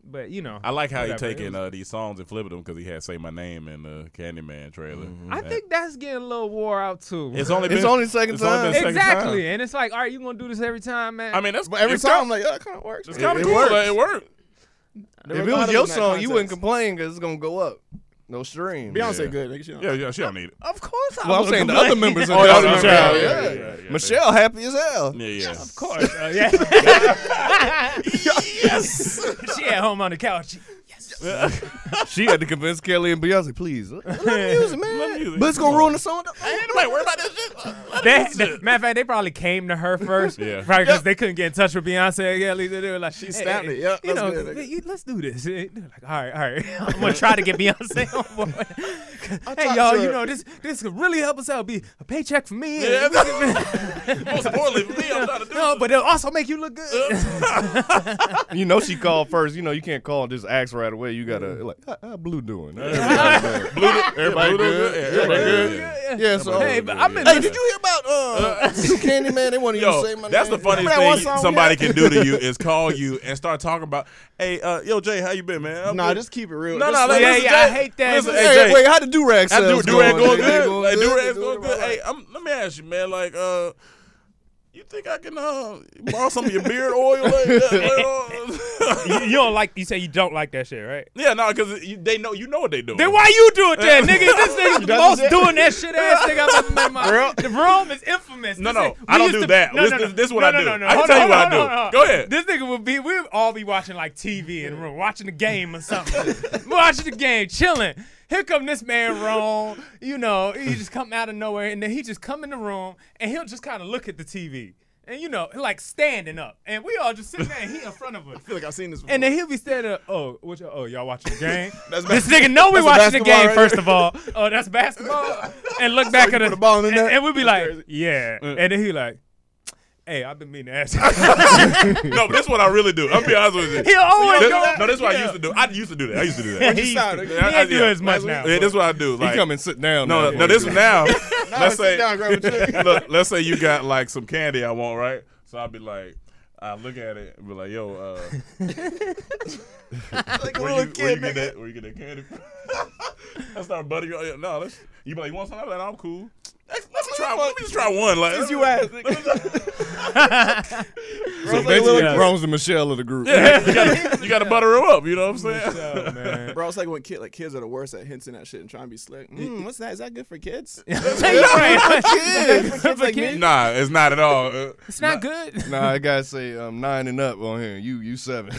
F: but you know.
C: I like how he
F: whatever. It
C: taking
F: was-
C: uh, these songs and flipping them because he had "Say My Name" in the Candyman trailer.
H: Mm-hmm.
F: I think that's getting a little wore out too.
C: it's only
G: It's
C: been,
G: only second
C: it's only been
G: time.
C: second
F: exactly, and it's like, all right, you gonna do this every time, man?
C: I mean, that's
H: But every
C: it's
H: time
C: kinda-
H: I'm like, oh, that kind of works.
C: it's kind
G: it
C: of cool.
G: works.
C: like, It worked.
G: If it was your song, you wouldn't
H: complain.
G: complain because it's gonna go up. No stream.
H: Beyonce
C: Yeah.
H: good. Nigga, she don't-
C: Yeah, yeah, she don't need it.
F: of course. I
G: Well, I'm
F: would
G: saying the
F: complain.
G: other members of
C: Oh,
G: the
C: yeah,
G: other members.
C: Michelle,
G: Yeah,
C: yeah,
G: yeah.
C: yeah, yeah, yeah.
G: Michelle happy as hell.
C: Yeah, yeah.
F: oh, Of course. uh, yeah. yes. she at home on the couch.
G: She had to convince Kelly and Beyonce, please. Let the music, man.
C: Let music.
G: But it's gonna ruin the song.
C: Ain't nobody worry about that shit. Let
F: They,
C: it
F: they,
C: sit.
F: matter of fact, they probably came to her first,
C: Yeah.
F: probably because they couldn't get in touch with Beyonce. Yeah, at least they were like, she
H: stamped it. Yep,
F: you
H: that's
F: know,
H: good.
F: th- you- let's do this. Eh, They're like, all right, all right, I'm gonna try to get Beyonce on board. hey,
H: talked
F: y'all,
H: to
F: you
H: her.
F: know this this could really help us out. Be a paycheck for me. and
C: Yeah.
F: we can-
C: Most importantly for me, I'm trying to do
F: no, but it'll also make you look good.
G: You know she called first. You know you can't call and just ask right away. You gotta like, how, how Blue doing? Everybody good. Everybody
C: Blue doing
G: good.
C: good? Yeah,
G: Everybody
C: everybody
G: good.
C: good.
G: Yeah, so
F: Hey, but I'm in.
G: Hey, did you hear about uh, Candyman? They want to
C: Yo,
G: say my
C: that's
G: name.
C: the funniest
G: Remember that one
C: thing
G: song we
C: somebody
G: had?
C: can do to you is call you and start talking about, hey, uh, yo, Jay, how you been, man? I'm
H: Nah,
C: good."
H: just keep it real.
C: No,
H: Just
C: no,
H: like-
C: listen,
F: yeah,
C: Jay,
F: yeah, I hate that.
C: Listen,
G: Hey,
C: hey, Jay,
G: wait, how the do rag
C: I do
G: sales
C: do rag going
G: They
C: good. Like do rag's
G: They
C: going
G: doing
C: good.
G: all right.
C: Hey, I'm, let me ask you, man. Like, uh, you think I can uh, borrow some of your beard oil? Like, uh,
F: You, you don't like. You say you don't like that shit, right?
C: yeah, no, because they know you know what they do.
F: Then why you do it then, nigga? This nigga's the
H: Doesn't
F: most
H: it?
F: doing that shit ass nigga I've ever met in my
C: Girl.
F: The room is infamous.
C: No,
F: This
C: no,
F: nigga-
C: I
F: we
C: don't
F: used
C: do
F: to-
C: that. This- this- this is what I do. I can
F: Hold
C: tell
F: on,
C: you what I
F: hold
C: do.
F: on, hold on.
C: Go ahead.
F: This nigga would be, we would all be watching like TV in the room, watching the game or something. watching the game, chilling. Here come this man wrong. You know, he just come out of nowhere and then he just come in the room and he'll just kind of look at the TV. And you know, like standing up. And we all just sitting there and he in front of us.
H: I feel like I've seen this. Before.
F: And then he'll be standing up. Oh, what y'all, oh, y'all watching the game?
H: That's
F: this
H: bas-
F: nigga know we
H: that's a
F: watching the
H: basketball
F: game
H: right
F: first
H: there.
F: of all. Oh, that's basketball. And look back
H: you
F: at
H: put
F: us.
H: the ball in the
F: and,
H: net?
F: and we'll be like,
H: That's crazy.
F: yeah.
G: Uh.
F: And then he like, hey, I've been meaning to ask. you."
C: no, but this is what I really do. I'll be honest with you.
F: He'll always
C: This-
F: go.
C: no, this is what I
F: Yeah.
C: used to do. I used to do that. I used to do
F: He
C: that.
F: used
H: sound,
F: to-
H: nigga?
F: he
C: I- I-
F: ain't do
C: yeah.
F: as much now.
C: Yeah, this is what I do.
G: He
C: Like,
G: come and sit down.
C: No,
G: now.
C: no, this is now. let's
H: sit
C: say,
H: down, grab a drink.
C: look, let's say you got like some candy I want, right? So I'll be like, I look at it and be like, yo, uh,
H: like
C: where, you,
H: a little
C: where you get
H: kid, nigga.
C: that? Where you get that candy? from? I start buttering. you. No, let's. You be like, you want some? I'm like, "No, I'm cool. Let's, let's try. Let me just try one. Like,
H: Kiss you ass,
C: let me just-
G: So basically, Rome's the Michelle of the group.
C: yeah, you gotta, you gotta butter him up. You know what I'm saying?
H: Bro, it's like when kid, like kids are the worst at hinting at shit and trying to be slick. Mm, what's that? Is that good for kids?
F: Hey, you're right.
H: kids, kids like me.
C: Nah, it's not at all. Uh,
F: It's not good.
G: Nah, I gotta say um, nine and up on here. You, you seven.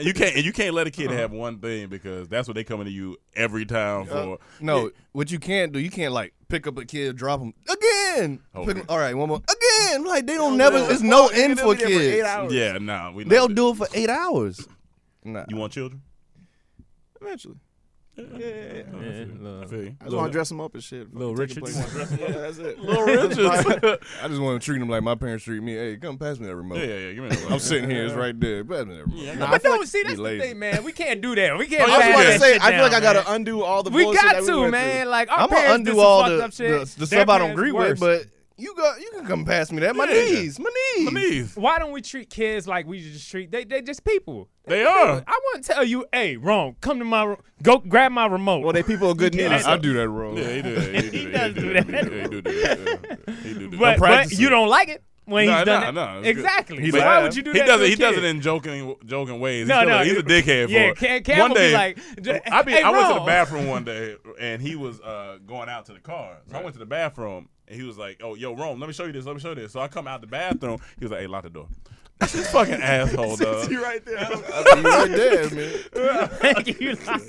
C: You can't. You can't let a kid have one thing because that's what they coming to you every time for.
G: No, what you can't do, you can't like pick up a kid, drop him again.
C: Oh,
G: Pick
C: yeah.
G: 'em- all right, one more again. Like they don't never. There's no end for kids.
C: Yeah, nah. We not
G: They'll
C: that.
G: do it for eight hours. Nah.
C: You want children?
H: Eventually. Yeah.
G: Uh,
F: I
C: feel you.
H: I just want to dress him up and shit.
F: Little
H: Fucking take a
F: Richards.
H: place. yeah, that's it.
G: I just want to treat him like my parents treat me. Hey, come pass me that remote.
C: Yeah, yeah, yeah, give me that remote.
G: I'm sitting here. It's right there. Pass me that remote.
F: Nah, but no, see, that's the thing, man. We can't do that. We can't.
G: I was
F: pass
G: about to
F: that
G: say,
F: shit
G: I feel like
F: down,
G: I gotta
F: man.
G: undo all the
F: We
G: bullshit
F: got
G: that we
F: to,
G: went
F: man.
G: through.
F: Like, our
G: I'ma
F: parents
G: undo
F: did some
G: all
F: fucked
G: the-
F: up shit.
G: the- the
F: Their
G: stuff I don't
F: parents
G: agree with,
F: worse.
G: but you got you can come past me that. My knees, my knees, my
C: knees.
F: Why don't we treat kids like we just treat they? They just people.
C: They are.
F: I want to tell you, hey, wrong. Come to my ro- go grab my remote. Well,
H: they people are good
G: I, I do that wrong.
C: Yeah, he do that. He do that. He do that. He do that. yeah. He do that.
F: But, but you don't like it when
C: Nah,
F: he's done
C: nah,
F: it.
C: nah, it's good.
F: exactly.
C: He
F: so
C: like-
F: why would you do
C: he
F: that?
C: Does
F: to
C: it,
F: a
C: he does
F: kid?
C: it in joking, joking ways.
F: No,
C: he's
F: no,
C: he's a dickhead for
F: yeah,
C: it.
F: Cam- Cam
C: one
F: will be
C: day,
F: like,
C: I, be,
F: "Hey,
C: I went to the
F: Ron."
C: bathroom one day and he was uh, going out to the car. So I went to the bathroom and he was like, "Oh, yo, Rome, let me show you this. Let me show you this." So I come out the bathroom. He was like, "Hey, lock the door." This is fucking asshole, dog.
H: You right there.
G: right there, man.
F: Thank you. That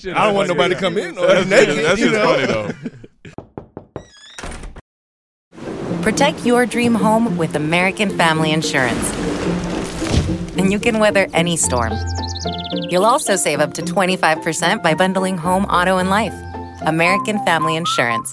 F: shit
G: I don't want
F: is funny.
G: nobody to come in or
C: That's
G: naked.
C: just- that's
G: you
C: just
G: know?
C: funny though.
J: Protect your dream home with American Family Insurance. And you can weather any storm. You'll also save up to 25% by bundling home, auto, and life. American Family Insurance.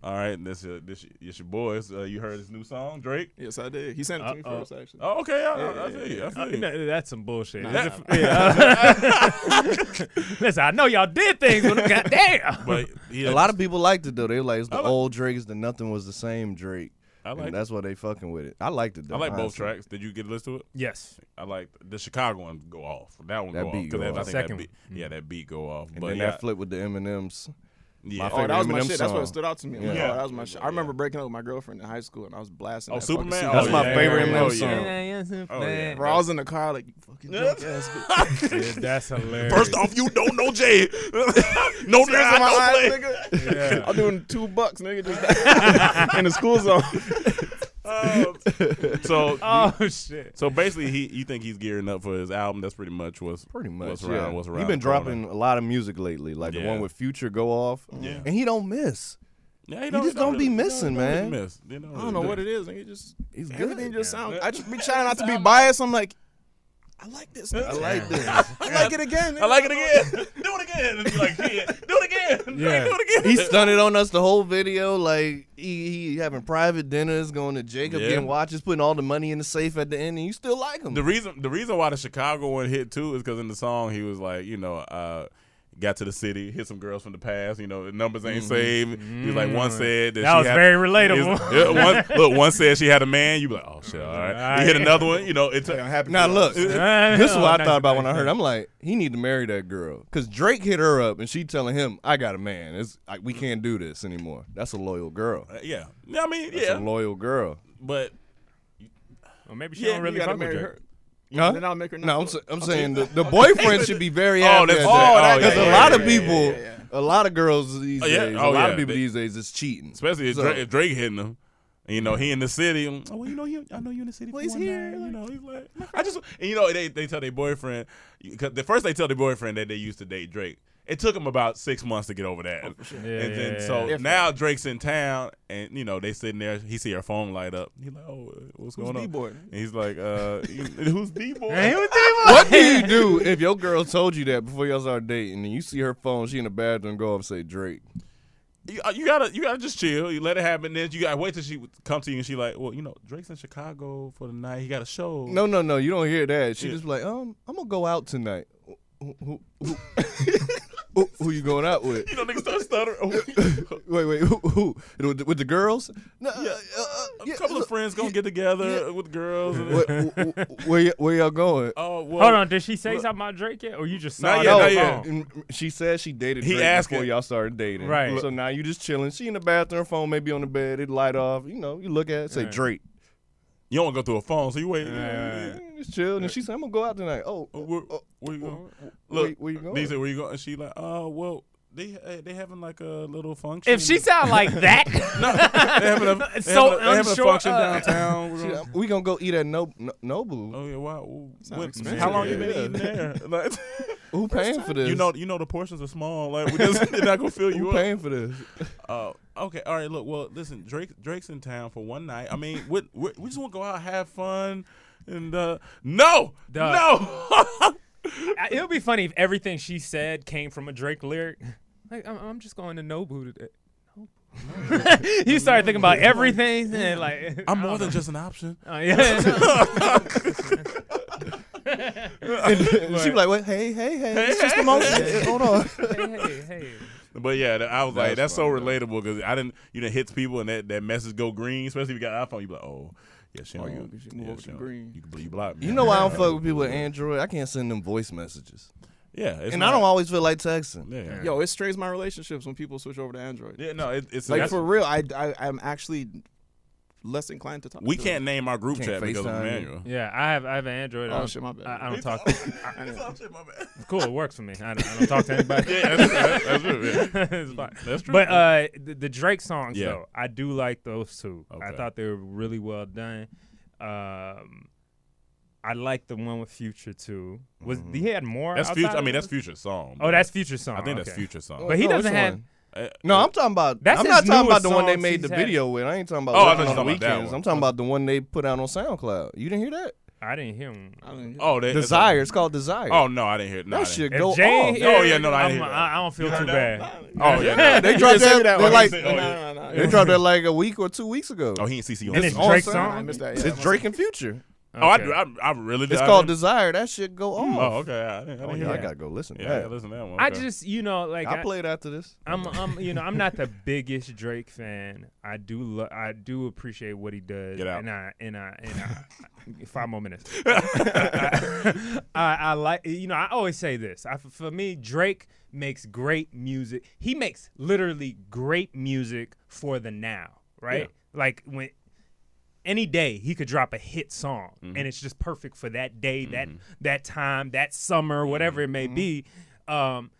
C: All right, this uh, this it's your boys. Uh, you heard his new song, Drake?
H: Yes, I did. He sent it to me
C: Uh-oh.
H: first, actually.
C: Oh, okay. I, I,
H: Yeah,
C: I
H: yeah,
C: see you. I
H: yeah.
C: see
F: Uh,
C: you.
F: no, that's some bullshit.
C: Nah.
F: Is it- yeah. Listen, I know y'all did things with him. Goddamn.
G: a lot of people liked it though. They were like it's the
F: I like-
G: old Drake's, the nothing was the same Drake.
C: I
G: And
C: like it.
G: that's why they fucking with it. I liked it though.
C: I like both
G: honestly.
C: tracks. Did you get a listen to it?
F: Yes.
C: I like the Chicago one go off. That one
G: That
C: go off.
G: beat go
C: 'cause that- I
G: off.
C: think
G: Second Mm-hmm.
C: that beat, yeah, that beat go off.
G: And
C: but
G: then
C: yeah,
G: that flip with the Eminems.
C: Yeah.
G: My
C: Oh,
G: favorite
H: that was my
G: Eminem
H: shit.
G: Song.
H: That's what stood out to me. Like,
G: Yeah.
H: oh, that was my shit. I remember breaking up with my girlfriend in high school, and I was blasting.
C: Oh,
H: that fucking
C: Superman?
H: Superman.
C: That's my favorite
H: yeah.
C: Eminem Oh, yeah.
F: song.
C: Oh, yeah.
H: Bro, I was in the car like, you fucking drunk ass bitch.
F: Dude, that's hilarious.
C: First off, you don't know Jay. no,
H: See
C: there's
H: what's in my
C: I
H: eyes,
C: don't play.
H: nigga?
F: Yeah.
H: I'm doing two bucks, nigga, just in the school zone.
C: So,
G: Uh,
F: Oh, shit.
C: So basically, he you think he's gearing up for his album? That's pretty much what's pretty
G: much,
C: what's
G: yeah.
C: around. What's around?
G: He been
C: the corner.
G: dropping a lot of music lately, like the
C: Yeah.
G: one with Future go off.
C: Yeah.
G: And he don't miss.
C: Yeah,
G: he just don't, be missing, man.
C: Miss. You
H: I don't know what it is. Nigga, just
G: He's good.
H: everything just sounds. I just be trying not to be biased. I'm like, I like this.
G: I
H: nigga.
G: like this.
H: I like it again.
C: I like it
H: nigga.
C: again. do it again. And be like, yeah, do it again.
F: Yeah.
C: Do it again.
G: he stunted on us the whole video. Like he, he having private dinners, going to Jacob,
C: Yeah.
G: getting watches, putting all the money in the safe at the end, and you still like him.
C: The reason the reason why the Chicago one hit too is because in the song he was like, you know, uh, got to the city, hit some girls from the past. You know, the numbers ain't saved. He was like, one said that,
F: Mm-hmm. Mm. That
C: she
F: was
C: had-
F: very relatable.
C: is- yeah, one- look, one said she had a man. You be like, oh shit, all right.
F: All
C: He hit
F: right.
C: another one. You know, it took.
G: Now look, this is what I thought about when I
F: Nice,
G: heard.
F: nice.
G: I'm like, he need to marry that girl because Drake hit her up and she telling him, "I got a man. It's I, we can't do this anymore." That's a loyal girl.
C: yeah, I mean,
G: That's a
C: yeah,
G: loyal girl.
C: but
F: Well, maybe she
H: Yeah,
F: don't
H: you
F: really
H: gotta
F: fuck with
H: marry
F: Drake.
H: her.
G: Huh?
H: Then I'll make her.
G: No, I'm,
H: not-
G: sa- I'm saying the, the boyfriend should be very
C: Oh,
G: happy.
C: that's-
G: at
C: oh,
G: that.
C: that- yeah,
G: a
C: yeah,
G: lot
C: yeah,
G: of
C: yeah,
G: people, a lot of girls these
C: Oh, yeah.
G: days,
C: Oh,
G: a lot
C: yeah.
G: of people
C: They-
G: these days is cheating.
C: especially if,
G: So-
C: Drake, if Drake hitting them. You know, he in the city. mm, Oh, well, you know, he, I know you in the city.
H: Well,
C: for
H: he's
C: one
H: here,
C: night," You know, he's like, I just, and you know, they, they tell their boyfriend, cause the first they tell their boyfriend that they used to date Drake. It took him about six months to get over that.
H: Oh,
F: Yeah,
C: and then,
F: yeah,
C: so
F: yeah.
C: now Drake's in town and, you know, they sitting there. He see her phone light up. He's like, oh, uh, what's
H: Who's
C: going on?
H: D-Boy?
C: And he's like, uh, you- who's D-Boy?
F: Hey, who's
G: What do you do if your girl told you that before y'all start dating and you see her phone, she in the bathroom, go up and say Drake?
C: you, uh, you gotta you gotta just chill. You let it happen. Then you gotta wait till she would come to you and she like, well, you know, Drake's in Chicago for the night. He got a show.
G: No, no, no, you don't hear that. She
C: Yeah.
G: just be like, um, I'm gonna go out tonight. Who, who, who, who- who you going out with?
C: you know, niggas start stuttering.
G: Wait, wait, who? who? With the- With the girls? No, uh, uh, uh,
C: a couple of friends gonna get together with girls. and-
G: wh- wh- wh- where, y- where y'all going?
C: oh, well,
F: Hold on, did she say something about Drake yet, or you just saw
C: Not
F: it
C: yet,
F: on
C: not
F: the
C: yet.
F: phone?
G: And um, mm, She said she dated
C: He
G: Drake
C: asked
G: before
C: it.
G: y'all started dating.
F: Right.
G: So now you just chilling. She in the bathroom, phone maybe on the bed, it light off. You know, you look at it, say
F: Right.
G: Drake.
C: You don't want to go through a phone, so you wait.
F: Yeah.
G: Just chill. And she said, I'm gonna go out tonight. Oh,
C: Uh, Where, where you
G: where-
C: going?
G: where-
C: Look,
G: where you
C: They
G: going?
C: said, where you going? And she like, oh, well, They uh, they having like a little function.
K: If she sound like that,
C: no, they having a, they
K: So
C: having a, they having a
K: unsure uh,
C: function
K: of-
C: downtown. We're
G: Shit,
C: gonna-
G: we gonna go eat at no, no, Nobu.
C: Oh yeah, wow.
G: Sound
C: What-
G: expensive.
C: how long you been
G: Yeah.
C: eating there? Like-
G: Who paying for this?
C: You know, you know the portions are small. Like we just, they're not gonna fill you
G: Who
C: up.
G: paying for this?
C: Uh, okay, all right. Look, well, listen, Drake, Drake's in town for one night. I mean, we, we, we just want to go out, have fun, and uh, no, no.
F: I- It would be funny if everything she said came from a Drake lyric. Like I'm, I'm just going to Nobu today. Nobu. you started thinking about everything, and like
C: I'm
F: I
C: more
F: don't
C: than
F: know.
C: just an option.
F: Oh, yeah.
G: And she be like, "What? Hey, hey, hey! it's just emotion. Hold on."
F: Hey, hey, hey.
C: But yeah, th- I was
G: That
C: like,
G: was
C: that's so relatable because I didn't, you didn't hit people and that, that message go green, especially if you got an iPhone. You be like, oh, yeah, she
H: Oh,
C: don't-
H: you- she move
C: yeah,
H: over
C: she
H: to
C: don't-
H: green.
C: You, can- you block me.
G: You know why I don't fuck with people with Android? I can't send them voice messages.
C: Yeah, it's
G: and I
C: not-
G: don't always feel like texting.
C: Yeah.
H: Yo, it strains my relationships when people switch over to Android.
C: Yeah, no, it, it's
H: like
C: that's-
H: for real. I, I I'm actually less inclined to talk.
C: We
H: to
C: can't
H: them.
C: name our group Can't chat because of FaceTime. Emmanuel.
F: Yeah, I have I have an Android.
H: Oh,
F: I don't-
H: shit, my bad.
F: I, I don't
H: It's
F: talk.
H: all-
F: I-
H: it's all shit, my bad.
F: Cool, it works for me. I don't, I don't talk to anybody.
C: Yeah, that's- that's- that's true, yeah.
F: It's fine.
C: That's true.
F: But uh, the, the Drake songs
C: Yeah.
F: though, I do like those two. I
C: Okay.
F: thought they were really well done. Um, I like the one with Future too. Was he had more?
C: Mm-hmm. That's
F: outside
C: future. I
F: of
C: mean,
F: those?
C: that's future song.
F: Oh,
C: but
F: that's future song.
C: I think that's
F: okay.
C: future song.
F: But he
G: No,
F: doesn't
G: which
F: have.
G: one? No, I'm talking about.
F: That's
G: I'm
F: his
G: not talking about the
F: newest
G: one they
F: songs
G: made the
F: he's had.
G: video with. I ain't talking about.
C: Oh, I
G: working
C: thought you
G: on the
C: was talking about that
G: weekends.
C: one.
G: I'm talking about the one they put out on SoundCloud. You didn't hear that?
F: I didn't hear him.
H: I didn't hear
C: Oh, that, that's-
G: Desire. It's called Desire.
C: Oh no, I didn't hear. No, I
G: that
C: didn't-
G: shit
F: If
G: go
F: Jay
G: off.
F: ain't
C: Oh, yeah, no, I
F: I'm-
C: didn't hear that.
F: I, I don't feel
C: You
F: too
C: heard
F: bad.
C: Oh yeah,
G: they dropped
H: sent me that
G: that. They
H: one.
G: like
H: He said- oh, yeah. No, no, no.
G: they dropped that like a week or two weeks ago.
C: Oh, he ain't CC on
F: And
C: this
F: it's
C: song.
F: Drake's
H: Sound, I
F: song.
H: missed that. Yeah, I
G: It's
H: must-
G: Drake and Future.
C: Oh, I,
F: Okay.
C: I, I really.
G: It's
C: I
G: called
C: didn't-
G: Desire. That shit go off.
C: Oh, okay. I didn't, I didn't
G: Oh,
C: hear
G: yeah, I
C: that.
G: gotta go listen. to
C: Yeah, I
G: that.
C: gotta listen to that one.
F: I
C: okay.
F: just, you know, like
G: I'll
F: I-
G: play it after this.
F: I'm, I'm, you know, I'm not the biggest Drake fan. I do, lo- I do appreciate what he does.
C: Get out.
F: And I, and I, and I, five more minutes. I, I like, you know, I always say this. I, for me, Drake makes great music. He makes literally great music for the now, right? Like when any day he could drop a hit song and it's just perfect for that day that that time that summer whatever it may be um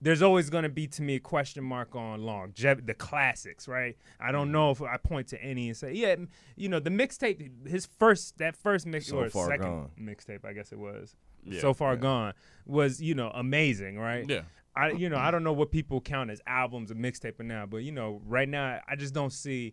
F: there's always going to be to me a question mark on long the classics right i don't know if i point to any and say yeah m- you know the mixtape his first that first mix
G: So
F: or
G: Far
F: second
G: Gone.
F: mixtape i guess it was
C: Yeah,
F: so far gone was you know amazing right
C: Yeah.
F: I you know I don't know what people count as albums or mixtape or now, but you know right now I just don't see.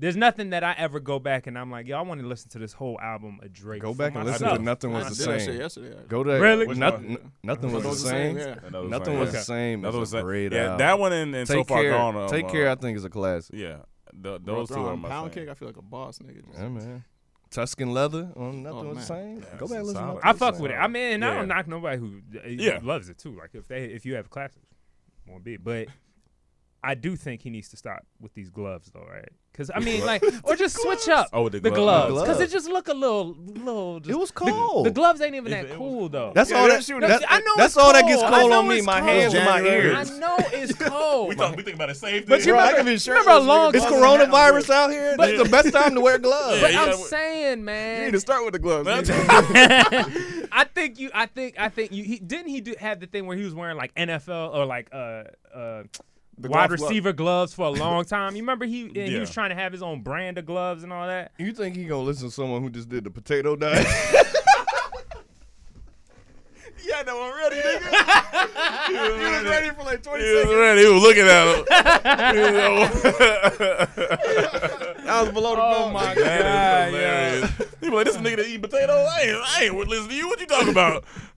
F: There's nothing that I ever go back and I'm like, yo, I want to listen to this whole album of Drake.
G: Go
F: for
G: back and listen
F: myself.
G: to Nothing
H: I
G: Was
H: did
G: the
H: that
G: Same.
H: shit yesterday.
G: Go to
F: Really?
G: Which
C: Nothing-
G: one? Nothing was the same.
H: yeah.
C: Another song,
G: Nothing
C: yeah.
G: was the
C: Okay.
G: same.
C: Another
G: That's
C: was the
G: a
C: same.
G: great
C: Yeah,
G: album.
C: that one and- and So
G: Take
C: Far
G: care.
C: Gone, um,
G: Take care.
C: uh,
G: I think is a classic.
C: Yeah, th-
H: Bro,
C: those two
H: throwing
C: are my
H: pound
C: favorite.
H: cake. I feel like a boss, nigga. Just-
G: Yeah, man. Tuscan leather on Nothing
H: Oh,
G: Was the
C: Yeah,
H: man.
G: Same. Go
C: it's
G: back and listen.
C: solid.
G: to Nothing
F: I
G: Was the
F: fuck
G: Same.
F: with it. I mean, I
C: Yeah.
F: don't knock nobody who uh,
C: Yeah.
F: loves it too. Like if they if you have classics, more be. it. But I do think he needs to stop with these gloves though, right? Because I mean, like, or just switch up
C: Oh, with the
F: the
C: gloves.
F: gloves
G: The
F: because
G: gloves.
F: it just look a little little. Just,
G: It was
F: the-
G: cold.
F: The, gloves ain't
C: It-
F: even that
C: it was-
F: cool though.
G: That's all that.
F: No,
G: That's,
F: I know
G: that's
F: it's
G: all that gets
F: cold. I
G: cold
F: know
G: on me.
F: it's
G: My
F: cold.
G: hands and my
H: January.
G: ears.
F: I know it's cold.
C: We thought we think about the same thing.
F: But you
G: Bro, I
F: remember,
G: could be
F: remember a long
G: It's
F: time ago-
G: coronavirus out here. But it's the best time to wear gloves.
F: But
C: Yeah,
F: I'm
C: yeah.
F: saying,
H: You need
F: man,
H: to start with the gloves. nigga.
F: I think you, I think, I think you. He, didn't he do, have the thing where he was wearing like NFL or like uh uh wide
H: glove- glove.
F: receiver gloves for a long time? You remember he and he
C: Yeah.
F: was trying to have his own brand of gloves and all that.
G: You think he gonna listen to someone who just did the potato diet?
H: Yeah, that one ready, nigga. You was ready for like 20
C: He
H: seconds.
C: was ready. He was looking at him.
H: I was below the
F: Oh
H: belt.
F: my
C: That
F: god!
C: is hilarious. He be like, this nigga that eat potato. I ain't, I ain't listening to you. What you talking about?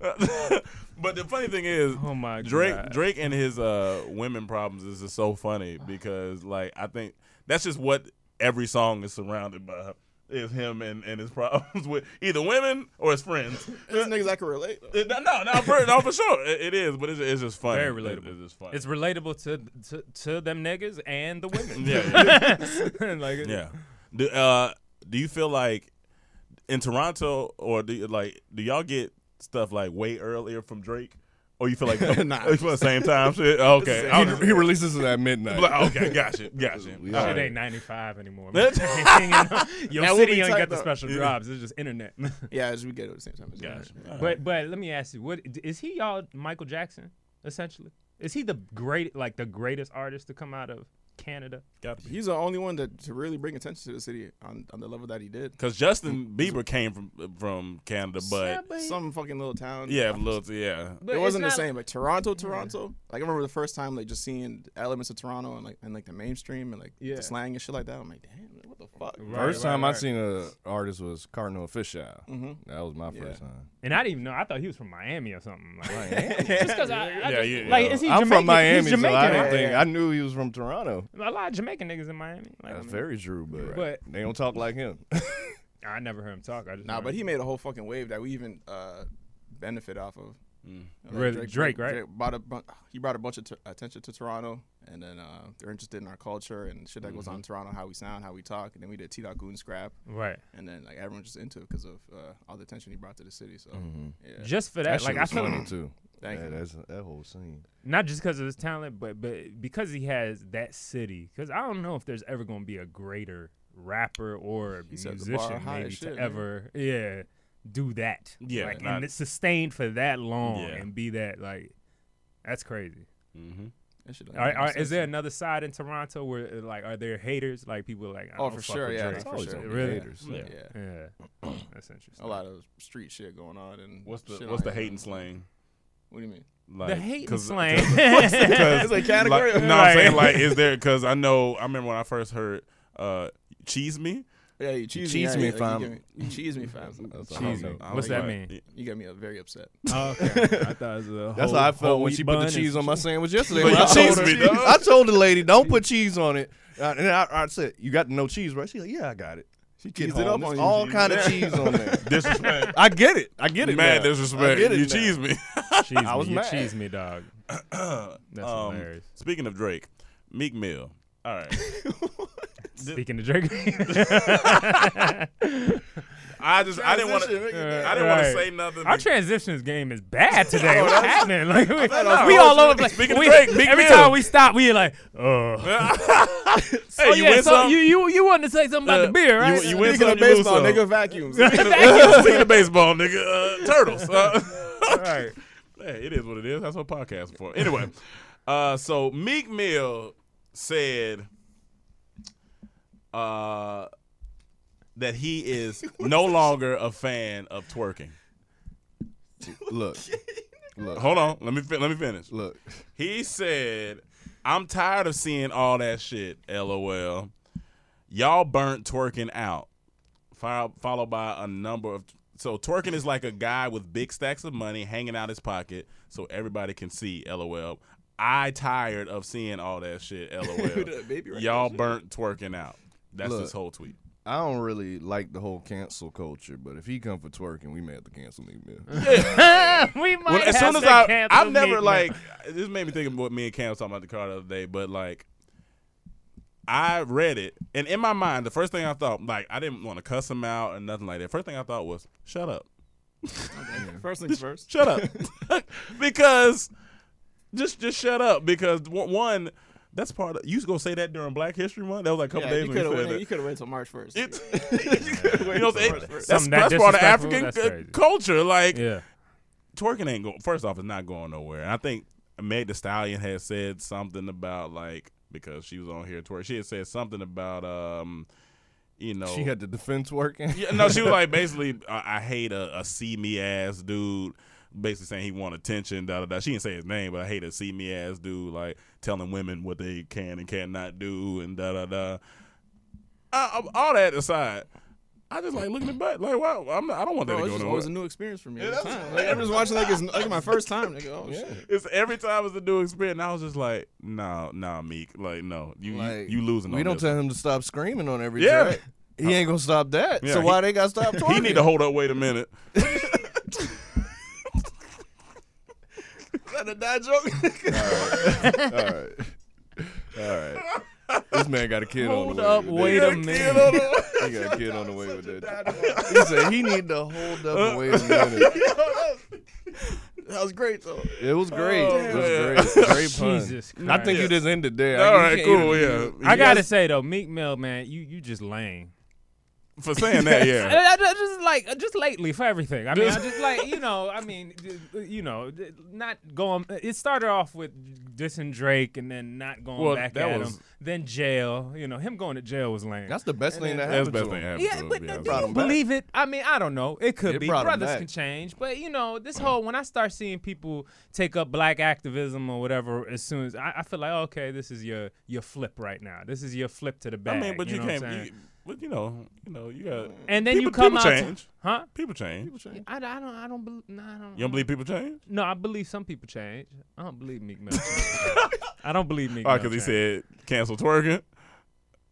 C: but the funny thing is,
F: Oh my
C: Drake,
F: God.
C: Drake and his uh, women problems is just so funny because, like, I think that's just what every song is surrounded by. Is him and, and his problems with either women or his friends.
H: These niggas I can relate.
C: Uh, No, no, no, for, no, for sure. It, it is, but it's, it's just funny.
F: Very relatable.
C: It- it's just funny.
F: It's relatable to, to to them niggas and the women.
C: Yeah,
F: like
C: yeah. Do, uh, do you feel like in Toronto or do you, like do y'all get stuff like way earlier from Drake, or you feel like
H: Nah.
C: you feel the same time shit? Okay, I was-
G: he, he releases it at midnight.
C: like, okay, gotcha, gotcha.
G: We
C: All
G: are-
F: It
C: right.
F: ain't 95 anymore. man.
C: That's-
F: You know, Your
H: That would
F: city
H: be
F: ain't
H: tight,
F: got the
H: though.
F: special
C: Yeah.
F: jobs. It's just internet.
H: Yeah, as we get it at the same time. as
C: Gotcha.
H: you.
C: All right.
F: but but let me ask you, what is he y'all Michael Jackson essentially? Is he the great, like the greatest artist to come out of Canada?
H: He's the only one that to really bring attention to the city on, on the level that he did.
C: Because Justin Bieber came from from Canada, but
H: some fucking little town.
C: yeah, little yeah.
H: it wasn't the same. Like Toronto, Toronto. Like I remember the first time, like just seeing the elements of Toronto and like and like the mainstream and like
F: Yeah.
H: the slang and shit like that. I'm like, damn, like, what the fuck?
G: first time I seen an artist was Cardinal Fisheye.
H: Mm-hmm.
G: That was my first time.
F: And I didn't even know. I thought he was from Miami or something. Like, just 'cause I, I just- Like, is he
G: I'm
F: Jamaican?
G: from Miami,
F: He's
G: so
F: Jamaican,
G: I didn't
F: right?
G: think I knew he was from Toronto.
F: A lot of Jamaican niggas in Miami. Like, I
G: That's
H: mm-hmm.
F: mean,
G: very true, but,
F: But-
G: they don't talk like him.
F: I never heard him talk. I just
H: Nah, but he made a whole fucking wave that we even uh, benefit off of. Like,
F: Mm. Really? Drake, right?
H: brought a bun- he brought a bunch of t- attention to Toronto, and then uh, they're interested in our culture and shit that goes on in
F: Mhm.
H: Toronto, how we sound, how we talk, and then we did T. Dot Goon Scrap,
F: Right.
H: And then like everyone's just into it because of uh, all the attention he brought to the city. So
F: Mm.
G: Mhm.
H: yeah.
F: Just for that, like,
G: shit
F: I
G: was
F: feel-
G: funny too.
H: Thank
G: yeah,
H: you.
G: That's, that whole scene.
F: not just because of his talent, but but because he has that city. Because I don't know if there's ever going to be a greater rapper or
H: set the bar
F: musician
H: high as
F: maybe
H: shit,
F: to
H: man.
F: ever yeah do that.
C: Yeah,
F: like,
C: not-
F: and it's sustained for that long
C: Yeah.
F: and be that like that's crazy.
C: Mm-hmm.
H: That shit don't
F: Are,
H: make no
F: are,
H: sense
F: is there another side in Toronto where uh, like are there haters? Like people are like I
H: Oh,
F: don't
H: for
F: fuck
H: sure,
F: with
H: yeah,
F: Drake.
H: for Always sure. gonna be
F: really
H: haters,
F: yeah.
H: yeah.
F: Yeah. that's interesting.
H: a lot of street shit going on. And
C: What's the
H: shit
C: what's the
H: like that.
C: hating slang?
H: What do you mean?
C: Like,
F: The hating
C: 'cause-
F: slang.
C: 'cause-
F: What's the-
C: 'cause,
F: It's a category?
C: Like, no, I'm saying
F: Right.
C: like, is there? Because I know I remember when I first heard uh, cheese me.
H: Yeah, you cheese,
G: cheese
H: me,
G: me,
H: yeah, like,
G: fam.
H: You, give me- you cheese me, fam.
G: That's
C: I don't Cheese know. me.
H: I don't
C: What's
H: know.
C: that
H: You
C: mean?
H: got- You got me uh, very upset.
F: Oh, okay. I thought it was a
G: That's
F: whole-
G: how I
F: whole
G: felt when she
F: wheat
G: put the
F: bun
G: cheese
F: and-
G: on my sandwich yesterday.
C: But
G: when
C: you
G: I, told
C: cheesed
G: her,
C: me, dog.
G: I told the lady, don't put cheese on it. Uh, and I, I said, you got no cheese, right? She's like, yeah, I got it. She
H: cheesed
G: get
H: it
G: home.
H: up
G: It's
H: on you,
G: all
H: G.
G: kind of
H: Yeah.
G: cheese on there.
C: Disrespect.
G: I get it. I get it.
C: Mad
G: now. I
C: disrespect.
G: get it
C: You
G: now.
C: cheese me.
F: Cheese
G: I was
F: me. You
G: mad.
F: cheese me, dog. That's
C: Um,
F: hilarious.
C: Speaking of Drake, Meek Mill. All right.
F: Speaking of Drake,
C: I just I didn't want to I didn't want to say nothing.
F: Our
C: because-
F: transitions game is bad today.
C: Oh,
F: What's
C: that's-
F: happening? Like
C: I thought
F: we,
C: that
F: we
C: was-
F: all over the place.
C: Speaking of
F: We-
C: Drake, Meek
F: every
C: Mill.
F: time we stop, we like, oh.
C: hey, you win
F: so
C: some.
F: You you you wanted to say something about
C: Uh,
F: the beer, right?
C: You, you win
H: Speaking
C: some,
H: of
C: you lose
H: baseball,
C: some.
H: nigga, vacuums.
C: Speaking of baseball, nigga, uh, turtles. Uh,
F: right.
C: Hey, it is what it is. That's what podcasts are for. Anyway, uh, so Meek Mill said uh, that he is no longer a fan of twerking.
G: Look, look,
C: Hold on, let me fi- let me finish.
G: look.
C: He said, "I'm tired of seeing all that shit." LOL. Y'all burnt twerking out. Fol- Followed by a number of so twerking is like a guy with big stacks of money hanging out his pocket so everybody can see. LOL. I tired of seeing all that shit. LOL.
H: Baby right
C: Y'all burnt twerking out. That's
G: Look.
C: his whole tweet.
G: I don't really like the whole cancel culture, but if he come for twerking, we may have to cancel Meek Mill.
F: we might
C: Well, as soon
F: have
C: as
F: to
C: I,
F: cancel
C: I've never
F: Meek Mill.
C: like this made me think of what me and Cam was talking about the car the other day, but like I read it, and in my mind, the first thing I thought, like I didn't want to cuss him out and nothing like that. First thing I thought was, shut up,
H: there. First things first.
C: shut up, because just just shut up because one- one that's part of you was gonna say that during Black History Month. That was like a couple
H: Yeah,
C: days
H: you
C: when
H: could
C: you said
H: have waited.
C: that.
H: You could have waited till March first.
C: It- you know, it- that's,
F: Something that
C: that's part of
F: disrespectful,
C: African
F: that's
C: uh,
F: crazy.
C: culture. Like,
F: Yeah.
C: twerking ain't going. First off, it's not going nowhere. And I think Meg The Stallion had said something about like because she was on here twerk. She had said something about um, you know,
G: She had to defend twerking.
C: yeah, no, she was like basically, I, I hate a, a see me ass dude. Basically saying he want attention, da da da. She didn't say his name, but I hate a see me ass dude, like telling women what they can and cannot do, and da da da. I, I, all that aside, I just like looking at butt. Like, wow, I'm not, I don't want that to
H: Bro, it
C: go
H: was always
C: nowhere.
H: a new experience for me. every time. Like, I'm just watching like it's like my first time. Like, oh shit.
C: It's every time it's a new experience. And I was just like, nah, nah, Meek, like no, you you-
G: Like,
C: you, losing.
G: We
C: on
G: don't
C: this.
G: tell him to stop screaming on every
C: Yeah.
G: track. He ain't gonna stop that.
C: Yeah,
G: so why
C: he-
G: they gotta stop twerking?
C: He need to hold up. Wait a minute.
G: Is that a dad joke? all right, all right, all right. This man got a kid on
F: Hold
G: the way.
F: up,
G: with
F: wait
G: that.
F: a minute.
G: He got a kid on the way with that. He said he need to hold up and wait a minute.
H: That was great though.
G: It was great. it
C: Oh, man.
G: was great. Great pun.
F: Jesus
G: I think you
F: Christ.
G: just ended there.
C: All
G: You
C: right,
G: can't
C: cool.
G: even-
C: Yeah,
F: I gotta say though, Meek Mill, man, you you just lame.
C: for saying that. Yeah.
F: I, I- I just like uh, just lately for everything. I mean, I just like you know. I mean, d- you know, d- not going. uh, It started off with dissing Drake, and then not going
C: Well,
F: back
C: that
F: at
C: was-
F: him. Then jail. You know, him going to jail was lame.
G: That's the best
F: And
G: thing
F: then-
G: that happened.
C: best
G: to
C: thing
G: him.
C: happened Yeah, to him, but yeah.
F: Do you believe it? I mean, I don't know. It could
G: It
F: be.
G: brought 'em
F: Brothers
G: back.
F: can change, but you know, this whole when I start seeing people take up black activism or whatever, as soon as I, I feel like, okay, this is your your flip right now. This is your flip to the
C: I
F: back.
C: mean, but you,
F: know what I'm saying?
C: can't. You, but you know, you know, you got.
F: And then you
C: people-
F: come
C: people
F: out to-
C: change.
F: huh?
C: People change. People
F: change. I, I don't. I don't believe. Nah, I don't.
C: You don't believe people change?
F: No, I believe some people change. I don't believe Meek Mill. change. I don't believe Meek.
C: All right,
F: Mill
C: because Oh, he
F: change.
C: said cancel twerking.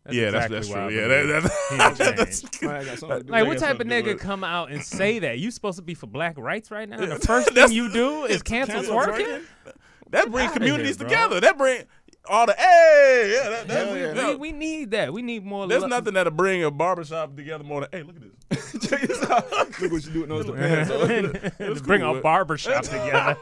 F: That's
C: yeah, that's
F: exactly
C: that's
F: why I
C: true. Yeah,
F: believe
C: that,
F: he
C: that's,
F: ain't
C: that's
F: changed.
C: good.
F: Like, what type of
C: Something to do
F: nigga
C: with-
F: come out and say that? You supposed to be for black rights right now?
C: Yeah.
F: The first thing
C: That's-
F: you do is
C: it's
F: cancel
C: cancel
F: twerking?
C: That brings
F: outta
C: communities
F: here, bro.
C: together. That bring all the hey. Yeah, that, that's,
F: Hell
C: no,
F: yeah. We, we need that. We need more.
C: there's
F: lo-
C: nothing that'll bring a barbershop together more than hey, look at this.
H: Look what you do with those
F: depends.
C: It's
F: bring
C: cool.
F: a barbershop together.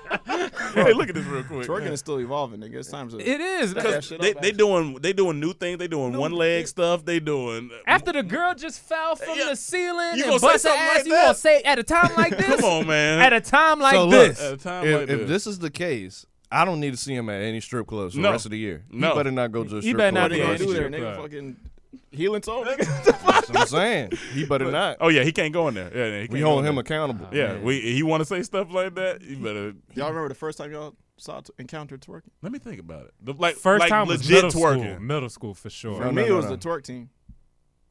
C: hey, look at this real quick.
H: Twerking is still evolving, nigga. It's time to.
F: It is.
H: Back that shit
C: They,
H: up,
C: they doing they doing new things. They doing one leg stuff. They doing
F: After the girl just fell from the ceiling
C: You gonna
F: and
C: say
F: bust her
C: something
F: ass,
C: like
F: you
C: that?
F: gonna say at a time like this?
C: Come on, man.
F: At a time like
G: so
F: this.
G: Look,
C: At a time
G: if,
C: like
G: if
C: this.
G: is the case, I don't need to see him at any strip clubs for
C: No.
G: the rest of the year.
C: No.
G: You better not go to a strip
F: You better
G: club.
F: not
G: for
F: be
G: the
F: going
G: rest of
F: to
G: the
H: there,
G: year.
F: strip
H: nigga.
F: club.
H: Fucking healing soul, nigga.
G: That's what I'm saying. He better not.
C: Oh yeah, he can't go in there. Yeah, yeah, he
G: We
C: can't go
G: hold
C: in
G: him
C: there.
G: accountable.
C: Yeah, we he want to say stuff like that. You better
H: y'all remember the first time y'all saw t- encountered twerking?
C: let me think about it. The- like
F: First
C: like
F: time was
C: legit
F: middle
C: twerking.
F: School, middle school for sure.
H: For
G: No,
H: me,
G: no,
H: it
G: no,
H: was
G: no.
H: the twerk team.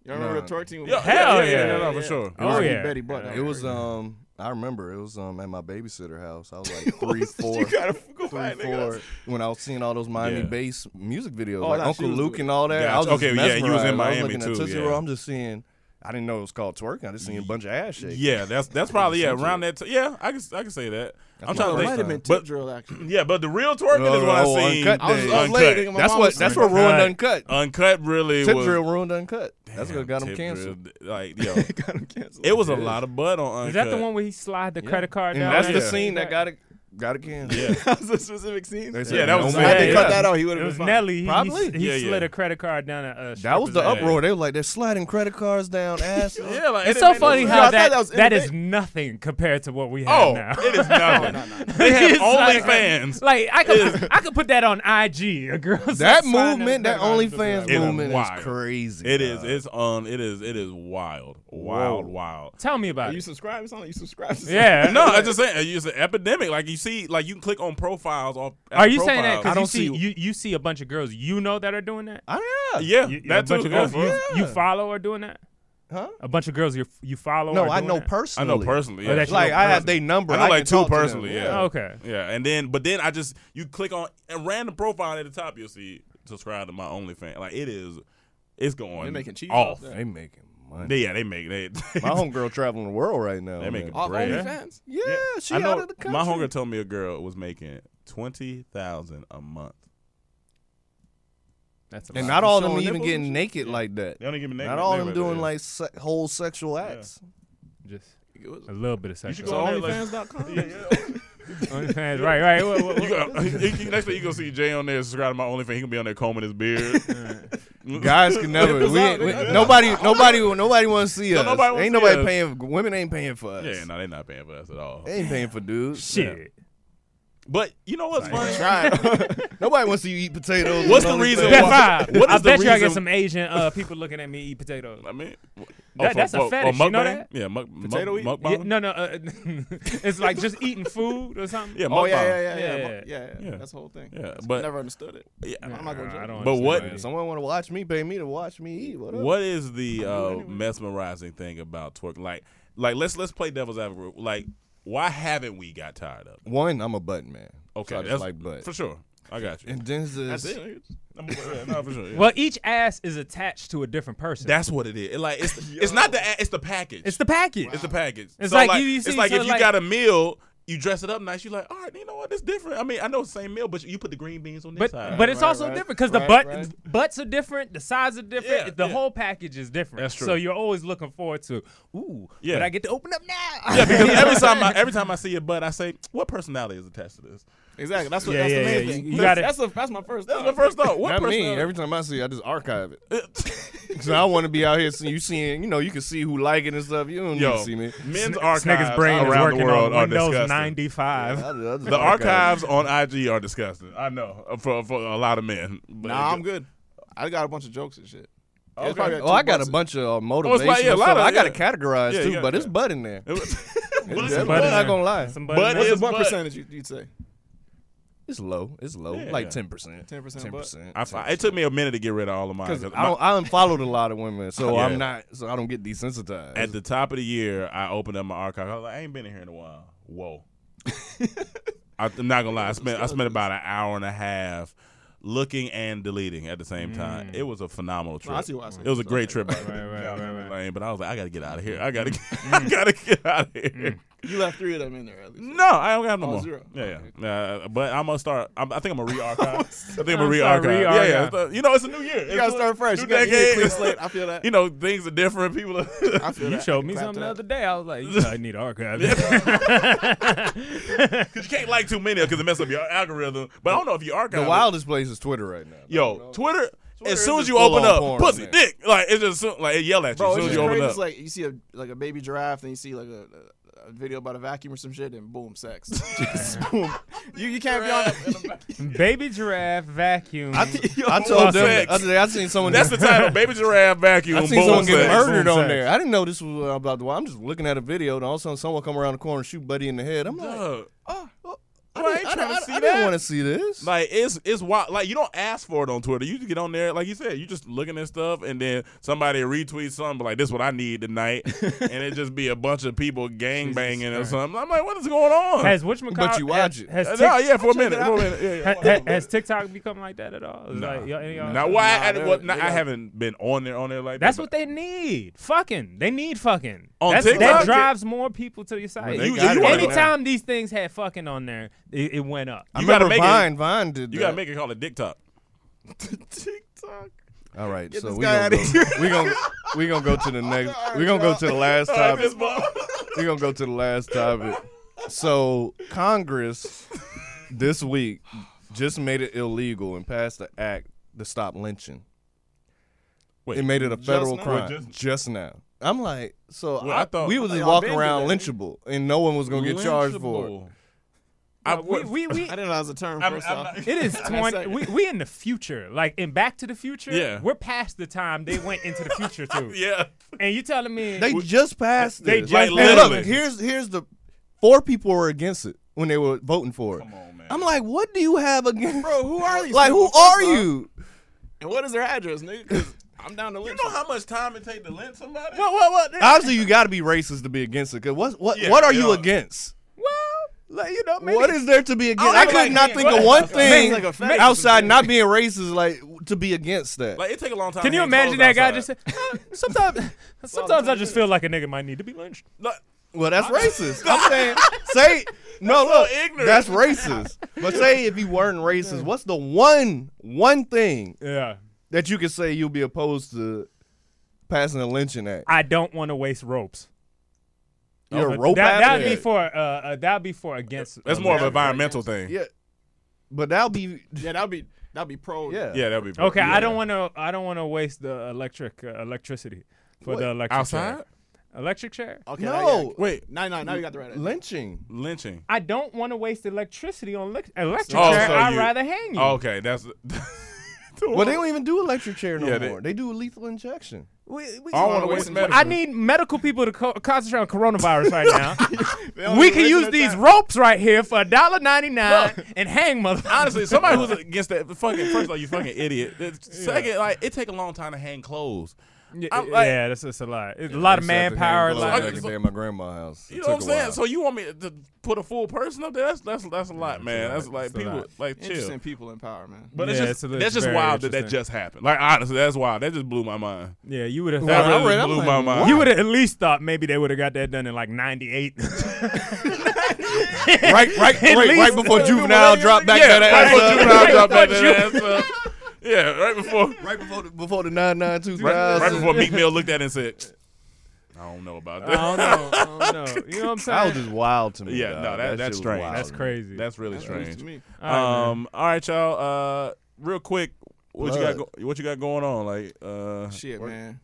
H: Y'all remember the twerk team?
C: Yeah,
F: hell yeah.
C: no, no, for sure.
F: Oh,
H: It was
F: yeah.
H: Betty Butt.
G: It was um. I remember it was um at my babysitter house. I was like three, four,
H: You gotta go
G: three,
H: find
G: four. When I was seeing all those Miami
C: Yeah.
G: bass music videos,
H: Oh,
G: like
H: nah, she
G: Uncle
H: was
G: Luke
H: good.
G: and all that.
C: Gotcha.
G: I was just
C: Okay, yeah, you was in
G: mesmerized. I
C: Miami
G: looking at
C: too,
G: Tootsie
C: yeah.
G: Roll. I'm just seeing. I didn't know it was called twerking. I just seen a bunch of ass shakes.
C: Yeah, that's that's probably yeah
G: Essentially.
C: around that. T- yeah, I can I can say that. I'm
G: my
C: trying to
G: first
C: think.
H: Might have been tip
C: but
H: drill action.
C: yeah, but the real twerking is
G: Oh,
C: what
G: oh,
C: I seen.
G: Uncut
H: I was
G: Days.
H: up late. Nigga, my
G: That's
H: mom
G: what.
H: was
G: That's
H: like,
G: what ruined uncut.
C: Uncut really
G: Tip
C: was.
G: drill ruined uncut. That's
C: Damn,
G: what got him
C: Tip
G: canceled.
C: Drill, like yo,
H: Got him canceled.
C: it was a lot of butt on uncut.
F: Is that the one where he slide the credit card
G: And
F: down?
G: that's
F: there?
G: the
C: Yeah.
G: scene that got it. Got it canceled.
C: Yeah.
H: that was a specific scene.
G: They said,
C: Yeah, that was-
G: "No
H: I had
G: man."
H: to
C: yeah,
H: cut
C: yeah.
H: that out. He would
F: It
H: have
F: was
H: been
F: Nelly. He,
G: Probably.
F: He, he
C: Yeah, yeah.
F: slid a credit card down a. Uh,
G: That was the
C: Yeah.
G: uproar. They were like, they're sliding credit cards down ass.
C: Yeah, like,
F: It's
C: it
F: so
C: didn't make no
F: funny
C: sense.
H: I
F: how
H: thought
F: that,
H: that was
F: that
H: innovative.
F: is nothing compared to what we have
C: Oh,
F: now.
C: it is nothing. They
F: It's
C: have
F: like-
C: OnlyFans.
F: Like I could, I could put that on IG. A girl.
G: That
F: signing
G: movement,
F: a
G: that
F: credit card.
G: OnlyFans
C: It's
G: movement
C: wild.
G: is crazy.
C: It is.
G: dog.
C: It's on. It is. It is wild. Wild. Wild.
F: Tell me
H: Are
F: about
H: you
F: it.
H: subscribed? It sounded like you subscribed. to
F: Yeah.
C: No, I just saying it's an epidemic. Like you see, like you can click on profiles. Off,
F: Are you saying that
C: profiles.
F: because you see, you, you see a bunch of girls you know that are doing that?
G: Oh, yeah.
C: Yeah,
F: You- you-
C: that
F: a bunch
C: too.
F: of girls
C: Oh,
F: you,
C: yeah.
F: you follow are doing that.
G: Huh?
F: A bunch of girls you you follow.
G: No,
F: are
G: I
F: doing
G: know
F: that?
C: I
G: personally.
C: know personally.
F: Oh,
C: Yeah.
F: that you
G: Like
F: know
G: I have
F: personally.
G: their number.
C: I know
G: can
C: like two
G: talk to them.
C: personally. Yeah.
F: Okay.
C: Yeah, and then but then I just you click on a random profile at the top. You'll see subscribe to my OnlyFans. Like it is, it's going.
H: They making cheese
C: off.
H: off that.
G: They making money.
C: They- yeah, they make they.
G: My homegirl traveling the world right now.
C: They
G: man.
C: making
H: Off
C: bread.
H: OnlyFans?
G: Yeah, she
C: I know
G: out of the country.
C: my homegirl told me a girl was making twenty thousand a month.
F: That's a
G: and
F: lot.
G: not all of them
H: Showing
G: even
H: nipples and
G: getting
H: shit?
G: naked like that.
C: They don't give me
G: Not all of them doing like se- whole sexual acts.
F: just
H: It was-
F: a little bit of
C: You should
F: sexual.
C: go on OnlyFans.com. yeah, yeah.
F: OnlyFans, right, right. What, what,
C: You gonna- you- you- next thing you gonna see Jay on there subscribe to my OnlyFans. He gonna be on there combing his beard.
G: Guys can never. we, ain't- we- nobody, nobody, nobody want to see us.
C: nobody wanna
G: ain't
C: see
G: nobody
C: us.
G: paying. Women ain't paying for us.
C: yeah, no, they're not paying for us at all.
G: They ain't paying for dudes.
F: shit.
C: But you know what's funny?
G: Nobody wants to see you eat potatoes.
C: What's
G: and
C: the
G: only
C: reason
G: thing-
F: That's
C: What-
F: fine.
C: what
F: I
C: is the
F: bet you I get
C: reason-
F: some Asian uh, people looking at me eat potatoes.
C: I mean, oh,
F: That- that's a fetish, you know
C: mukbang?
F: that?
C: Yeah, muk, muk-
H: Potato eat?
C: mukbang?
F: Yeah, no, no, uh, it's like just eating food or something.
C: Yeah,
H: Oh yeah,
C: mukbang.
H: yeah, yeah, yeah,
F: Yeah.
H: yeah, yeah, yeah.
C: Yeah.
H: That's the whole thing.
C: Yeah,
H: That's-
C: but-
H: never understood it.
C: Yeah.
H: I'm not gonna
F: Nah, I
H: judge.
F: don't
C: But what-
F: understand
G: Someone want to watch me, pay me to watch me eat. What up?
C: What is the uh, mesmerizing thing about twerk? Like, like let's let's play devil's advocate. Like, why haven't we got tired of? It?
G: One, I'm a butt man.
C: Okay,
G: so I just
C: that's
G: like butt.
C: for sure. I got you.
G: And then
C: that's
G: there's
C: it. I'm a- yeah, no, for sure, yeah.
F: that. Well, each ass is attached to a different person.
C: that's what it is. It, like, it's it's not the a- it's the package.
F: it's the package.
C: It's the package.
F: It's
C: so
F: like
C: like,
F: you- you see-
C: it's like
F: so
C: if you
F: like-
C: got a meal, you dress it up nice. You're like, all right, you know what? It's different. I mean, I know it's the same meal, but you put the green beans on this
F: But
C: side.
F: but it's
G: Right,
F: also
G: right,
F: different because the
G: right,
F: butt
G: right.
F: butts are different, the sides are different,
C: Yeah,
F: the
C: yeah.
F: whole package is different.
C: That's true.
F: So you're always looking forward to, ooh,
C: Yeah.
F: but I get to open up now.
C: yeah, because every time I, every time I see a butt, I say, what personality is attached to this?
H: Exactly. That's what.
G: Yeah,
H: that's
G: yeah,
H: the main
G: yeah.
H: thing.
G: You- you
H: that's,
G: gotta-
H: that's, the- that's my first. That's
C: my first thought.
G: Not me. Every time I see, it, I just archive it. Cause I want to be out here seeing you seeing. You know, you can see who like it and stuff. You don't need
C: Yo,
G: to see me.
C: men's
F: This nigga's brain is working on Windows 95.
C: The archives on IG are disgusting. I know uh, for, for a lot of men. But
H: Nah, I'm good. I got a bunch of jokes and shit. It's
C: Okay.
H: probably like
G: Oh,
H: two
G: I got
H: bucks.
G: a bunch of uh,
H: Oh, it's
G: motivational
H: like, yeah, a lot
G: stuff.
H: of-
G: I got to
H: yeah.
G: categorize
H: Yeah,
G: too,
H: you got-
G: but it's
H: yeah.
G: butt in there.
C: It's
H: butt
G: definitely-
H: in there.
G: I'm not gonna lie.
H: Some butt in Butt there. is What's the butt butt. percentage you- you'd say?
G: It's low. It's low.
H: Yeah.
G: Like ten percent.
H: 10%
G: Ten
H: butt.
G: percent.
C: I fi- it took me a minute to get rid of all of mine.
G: Because
C: 'cause
G: I,
C: my-
G: don't- I unfollowed a lot of women, so
C: Yeah.
G: I'm not. So I don't get desensitized.
C: at the top of the year, I opened up my archive. I was like, I ain't been in here in a while. Whoa. I, am not gonna lie. I spent I spent about an hour and a half looking and deleting at the same time. It was a phenomenal
H: No,
C: trip.
H: Mm. I see why I said
C: it was a
H: so.
C: great trip.
H: Right, right, Mm.
C: Down
H: right,
C: memory lane, But I was like, I gotta get out of here. I gotta, I gotta get out of here.
H: Mm. You left three of them in there at least.
C: No, I don't have no
H: Oh,
C: more.
H: zero.
C: Yeah, yeah. Uh, but I'm gonna start. I'm, I think I'm gonna re-archive. I think I'm
H: I'm
C: gonna
H: sorry,
C: re-archive. Yeah, yeah.
H: re-archive.
C: You know, it's a new year.
H: You
C: It's
H: gotta
C: a
H: start fresh.
C: new
H: You gotta- you need a
C: decade.
H: clean slate. I feel that.
C: You know, things are different. People. Are I
H: feel
F: You
H: that.
F: showed me
H: Clap to
F: something the
H: that.
F: other day. I was like, you probably need to archive.
C: Cause you can't like too many because it messes up your algorithm. But I don't know if you archive.
G: the
C: it.
G: wildest place is Twitter right now.
C: Yo, Twitter.
G: Twitter
C: as soon
G: is
C: as
G: just
C: you open
G: full-on
C: up,
G: porn,
C: pussy,
G: man.
C: dick, like it just like it yell at you.
H: Bro,
C: as soon
H: Oh, it's
C: as
H: just
C: you open
H: crazy.
C: up,
H: It's like you see a like a baby giraffe, and you see like a, a, a video about a vacuum or some shit, and boom, sex. Just boom. You you can't be on.
F: Baby giraffe vacuum.
G: I, I told them the other day I seen someone.
C: That's the title, baby giraffe vacuum.
G: I seen
C: boom
G: someone get
C: sex.
G: murdered
C: Boom
G: on
C: sex.
G: there. I didn't know this was about the. I'm just looking at a video, and all of a sudden someone come around the corner and shoot Buddy in the head. I'm like,
C: Dog.
G: Oh, I,
C: Well, I
G: didn't-
C: ain't
G: I,
C: trying
G: I-
C: to see that.
G: I didn't want to see this.
C: Like it's it's wild. Like you don't ask for it on Twitter. You just get on there, like you said, you just looking at stuff, and then somebody retweets something but like this. is What I need tonight, and it just be a bunch of people gang banging or something. I'm like, what is going on?
F: Has which
G: But you watch it.
F: Has,
C: Uh,
F: has,
C: no,
F: Tik-
C: yeah, for a minute, for a minute. Yeah, yeah.
F: ha- ha- has TikTok become like that at all? It's
C: Nah.
F: Like, y'all- any of y'all-
C: Now, why? I,
H: they're-
C: well, nah,
H: they
C: I
H: got-
C: haven't been on there on there like
F: That's
C: that.
F: what they need. Fucking. They need fucking.
C: On
F: That's,
C: TikTok?
F: That drives more people to your site.
C: They You- got you it. wanna go-
F: Anytime these things had fucking on there, it, it went up.
G: I
C: you gotta
G: remember
C: make it-
G: Vine. Vine did.
C: you gotta
G: that.
C: make it called a dick top.
H: TikTok.
G: All right,
H: Get
G: so
H: this
G: we
H: guy
G: gonna,
H: outta
G: go,
H: here.
G: we gonna we gonna go to the next. We gonna go to the last topic.
C: This ball-
G: We gonna go to the last topic. So Congress this week just made it illegal and passed an act to stop lynching.
C: Wait,
G: it made it a
H: just
G: federal
H: now?
G: crime
C: Just-
G: just, now. I'm like, so
C: Well, I
G: I,
C: thought-
G: thought we was
H: I
G: just
H: thought y'all
G: walking
H: been
G: around
H: did that.
G: lynchable and no one was gonna get charged for it.
C: Lynchable. I,
F: we, we, we,
H: I didn't know that was a term.
C: I'm-
H: 1st
C: I'm
H: off,
C: not-
F: It is
H: Can I say-
F: twenty. We, we in the future, like in Back to the Future.
C: Yeah.
F: we're past the time they went into the future too.
C: yeah.
F: And you telling me
G: They just passed
F: They
G: this.
F: just
G: and
C: passed
G: look,
C: it.
G: here's here's the four people were against it when they were voting for it. Come
C: on, man.
G: I'm like, what do you have against?
H: Bro, who are these
G: Like, who
H: people, first
G: are
H: off?
G: you?
H: and what is their address, nigga? 'Cause I'm down to
C: You
H: lynch.
C: know
H: them.
C: how much time it take to lynch somebody?
G: What? What? What? Obviously, you got to be racist to be against it. Cause what? What?
C: Yeah,
G: what are
C: they
G: you
C: are.
G: against?
F: well, like you know, maybe
G: What is there to be against? I
C: even
G: could
C: like
G: not
C: being
G: think of
C: racist.
G: one
C: It's
G: thing
H: like a fact.
G: outside not being racist, like to be against that.
C: Like it take a long time.
F: Can
C: to
F: you
C: hang
F: imagine that
C: clothes
F: guy
C: outside.
F: just? Say, "Uh, sometimes, sometimes I just feel like a nigga might need to be lynched.
C: No,
G: well, that's racist. I'm saying, say no, look,
C: ignorant.
G: that's racist. But say if you weren't racist, what's the one one thing
F: Yeah,
G: that you could say you'll be opposed to passing a lynching act?
F: I don't want to waste ropes.
G: You're a
F: But
G: rope
F: that,
G: advocate.
F: that'd be for uh, uh that'd be for against.
C: that's
F: uh,
C: more of an
F: lynch.
C: environmental thing. Yeah,
G: yeah, but that'll be
H: Yeah, that'd be that'd be pro.
G: yeah.
C: that'd be.
F: Okay,
C: yeah.
F: I don't want to. I don't want to waste the electric uh, electricity for the electric
C: outside
F: chair. Electric chair.
H: Okay.
G: No,
C: wait.
H: Now, now, now you got the right. idea.
G: lynching.
C: lynching.
F: I don't want to waste electricity on elec- electric
C: Oh,
F: chair.
C: so
F: I'd
C: you- Oh,
F: rather hang you.
C: Okay, that's.
G: Well, they don't even do electric chair no
C: Yeah, they-
G: more. They, do lethal injection.
F: We- we-
C: I don't want to
H: wanna
C: waste
H: waste
C: medicine.
F: I need medical people to co- concentrate on coronavirus right
H: They
F: now.
H: don't
F: we
H: even
F: can
H: waste
F: use
H: no
F: these
H: time.
F: ropes right here for $1.99 and hang mother.
C: Honestly, somebody who's against that fucking first, like you fucking idiot. The Second, like it take a long time to hang clothes.
F: Yeah,
C: I'm like-
F: yeah, that's just a lot. It's a lot of manpower. a lot
C: blood.
F: of-
C: Like,
G: at my grandma's house. It
C: You know what I'm
G: took a
C: saying?
G: while.
C: So you want me to put a full person up there? That's that's that's a lot, man. That's like
F: It's a
C: people
F: lot.
C: like chill.
H: Interesting people in power, man.
C: But
F: Yeah,
C: it's
F: it's a
C: just
F: little-
C: that's
F: it's
C: just
F: very
C: wild that that
F: interesting.
C: just happened. Like honestly, that's wild. That just blew my mind.
F: yeah, you would
C: That
F: have
G: Well, I
F: thought.
C: really
G: read- I'm
C: blew
G: like,
C: my mind.
F: You would have at least thought maybe they would have got that done in like '98.
G: right, right,
F: At
G: right, right
F: least-
G: before juvenile dropped back
C: yeah,
G: that
C: right
G: ass.
C: before
G: up.
C: juvenile dropped
F: Right
C: back
F: before
C: that ass. up. Yeah, right before
G: Right before the, before the nine nine two
C: right,
G: thousand.
C: right before Meek Mill looked at it and said, I don't know about
F: I
C: that.
F: don't know. I don't know. You know what I'm
G: That was just wild to me,
C: Yeah, no,
G: dog.
C: that,
G: That shit
C: that's
G: was
C: strange.
G: wild That's to me. crazy.
C: That's really
G: That's
C: strange.
G: news to me.
C: Um,
G: All right, man.
C: all right, y'all. Uh, real quick, what you got? Go- what you got going on? Like, uh,
H: Shit, man.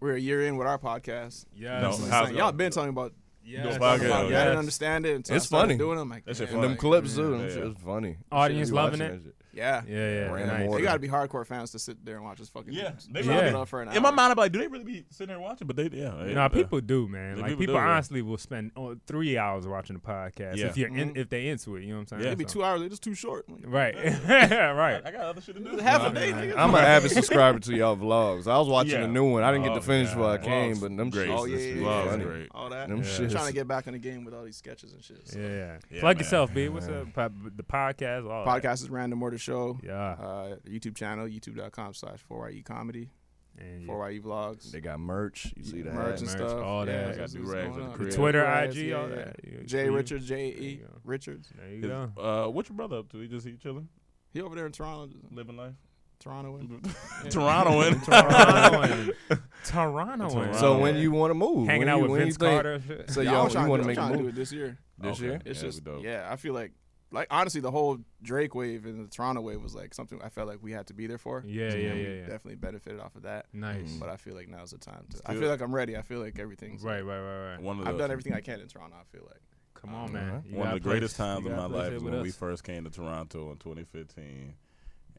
H: We're a year in with our podcast.
C: Yes.
H: It's
C: No,
H: like,
C: how's it
H: y'all
C: going?
H: been talking about
C: Yes.
H: doing
C: Doing
H: podcasts.
C: podcasts.
H: I
C: Yes.
H: didn't understand it until I
G: It's
H: started
G: funny.
H: doing it. I'm like,
G: That
H: man,
G: shit funny. Them
H: like,
G: clips,
H: man.
G: too. Them shit was funny.
F: Audience
H: Shit,
F: loving
H: watching
F: it?
H: that shit. Yeah,
F: Yeah, yeah,
G: Random nice.
H: They
G: order.
H: gotta be hardcore fans to sit there and watch us fucking.
C: Yeah, they
H: chop
C: probably-
H: it up for an hour.
C: in my mind, I'm like, do they really be sitting there watching? But they, yeah,
F: No,
C: yeah.
F: people do, man.
C: Yeah,
F: Like people,
C: do, yeah.
F: honestly will spend oh, three hours watching the podcast
C: Yeah.
F: if you're in,
H: Mhm.
F: if they into it. You know what I'm saying?
H: It'd be
F: So-
H: two hours. It's too short. Like,
F: Right.
H: yeah,
F: right.
C: I got other shit to do.
H: Half a
C: Nah,
H: day.
C: nah,
H: nigga.
C: nah.
G: I'm an avid subscriber to y'all vlogs. I was watching
C: Yeah.
G: the new one. I didn't
C: Oh,
G: get to finish before I
C: God.
G: came,
C: Vlogs
G: but them
C: great.
G: shit.
H: Oh yeah,
C: This
H: yeah,
C: is
H: yeah,
C: wild.
H: yeah.
C: Great.
H: All that.
G: Them shits-
H: Trying to get back in the game with all these sketches and shit. so.
F: Yeah.
C: Yeah,
F: Plug
C: man.
F: yourself, B. What's
C: Yeah.
F: up? Pop- The podcast. All that.
H: Mm-hmm. Podcast is Random Order Show.
F: Yeah.
H: Uh, YouTube channel, youtube.com slash 4YE comedy.
F: And
H: 4YE vlogs.
G: They got merch. You see that?
H: merch and
F: merch,
H: stuff.
F: all
H: yeah,
F: that.
H: that's
F: Got
H: what's
C: do-rags
H: going
C: at the
H: on.
C: crib.
F: Twitter,
H: Do-rags,
F: IG,
H: yeah,
F: all
H: yeah.
F: that. You-
H: J
F: you-
H: Richards, J
F: There
H: E
F: you go.
H: Richards.
F: There you go.
C: Uh, what your brother up to? He just he chilling,
H: He over there in Toronto, just
C: living life.
H: Toronto. Yeah.
C: Torontoan.
F: Torontoan. Torontoan.
G: So when you want to move,
F: Hanging
G: when
F: out
G: you,
F: with
G: when you
F: Vince
G: think-
F: Carter and shit.
G: So
H: Yeah,
G: y'all,
H: I'm trying
G: you want to
H: do-
G: make
H: I'm
G: a
H: trying to do
G: move
H: it this year.
G: this
C: Okay.
G: year?
H: It's
C: That'd
H: just
C: be dope.
H: yeah, I feel like like honestly the whole Drake wave and the Toronto wave was like something I felt like we had to be there for.
F: Yeah,
H: So,
F: yeah,
H: man, we
F: yeah, yeah.
H: Definitely benefited off of that.
F: Nice.
H: But I feel like now's the time to.
C: Let's
H: I
C: do
H: feel
C: it.
H: like I'm ready. I feel like everything's.
F: Right, right, right, right.
C: One of the
H: I've done everything I can in Toronto. I feel like.
F: Come
H: Uh-huh.
F: on, man. You
C: One of
F: gotta
C: the
F: play
C: greatest
F: this-
C: times
F: you
C: of my
F: gotta play
C: life
F: this
C: is
F: with
C: when we
F: us.
C: first came to Toronto in 2015,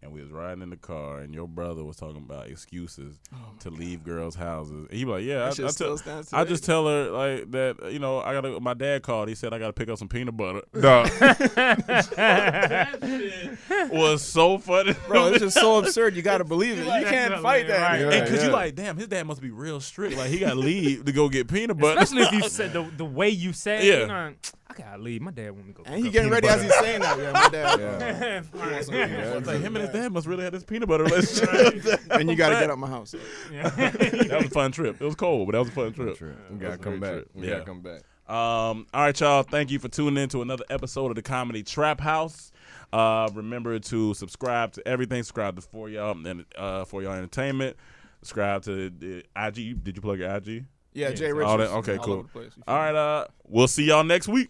C: and we was riding in the car, and your brother was talking about excuses to leave girls' houses. And he was like, "Yeah,
H: Oh That
C: I,
H: shit
C: I
H: still
C: tell,
H: stands
C: I
H: today.
C: just tell her like that. You know, I gotta. My dad called. He said I gotta pick up some peanut butter. No, that shit was so funny,
H: Bro, it's just so absurd. You got to believe it. You can't fight that.
F: Right.
C: And cause
G: yeah.
C: you like, damn, his dad must be real strict. Like he gotta leave to go get peanut butter.
F: Especially if you said the, the way you said it,
C: Yeah.
F: you know, I gotta leave. My dad want me to go.
H: And he
F: cook
H: getting
F: peanut
H: ready as
F: butter.
H: he's saying that. Yeah, my dad. uh,
C: It's like him and his dad must really have this peanut butter relationship.
H: And you got to get out my house.
C: that was a fun trip. It was cold, but that was a fun trip.
G: We
C: That was
G: gotta
C: a
G: come
C: great
G: back.
C: trip.
G: We
C: yeah.
G: gotta come back.
C: Um, all right, y'all. Thank you for tuning in to another episode of the Comedy Trap House. Uh, remember to subscribe to everything. Subscribe to For Y'all and uh, For Y'all Entertainment. Subscribe to the IG. You- Did you plug your IG?
H: Yeah, Jay Richards.
C: All that. Okay,
H: all over
C: cool.
H: the place. You feel
C: All right. Uh, we'll see y'all next week.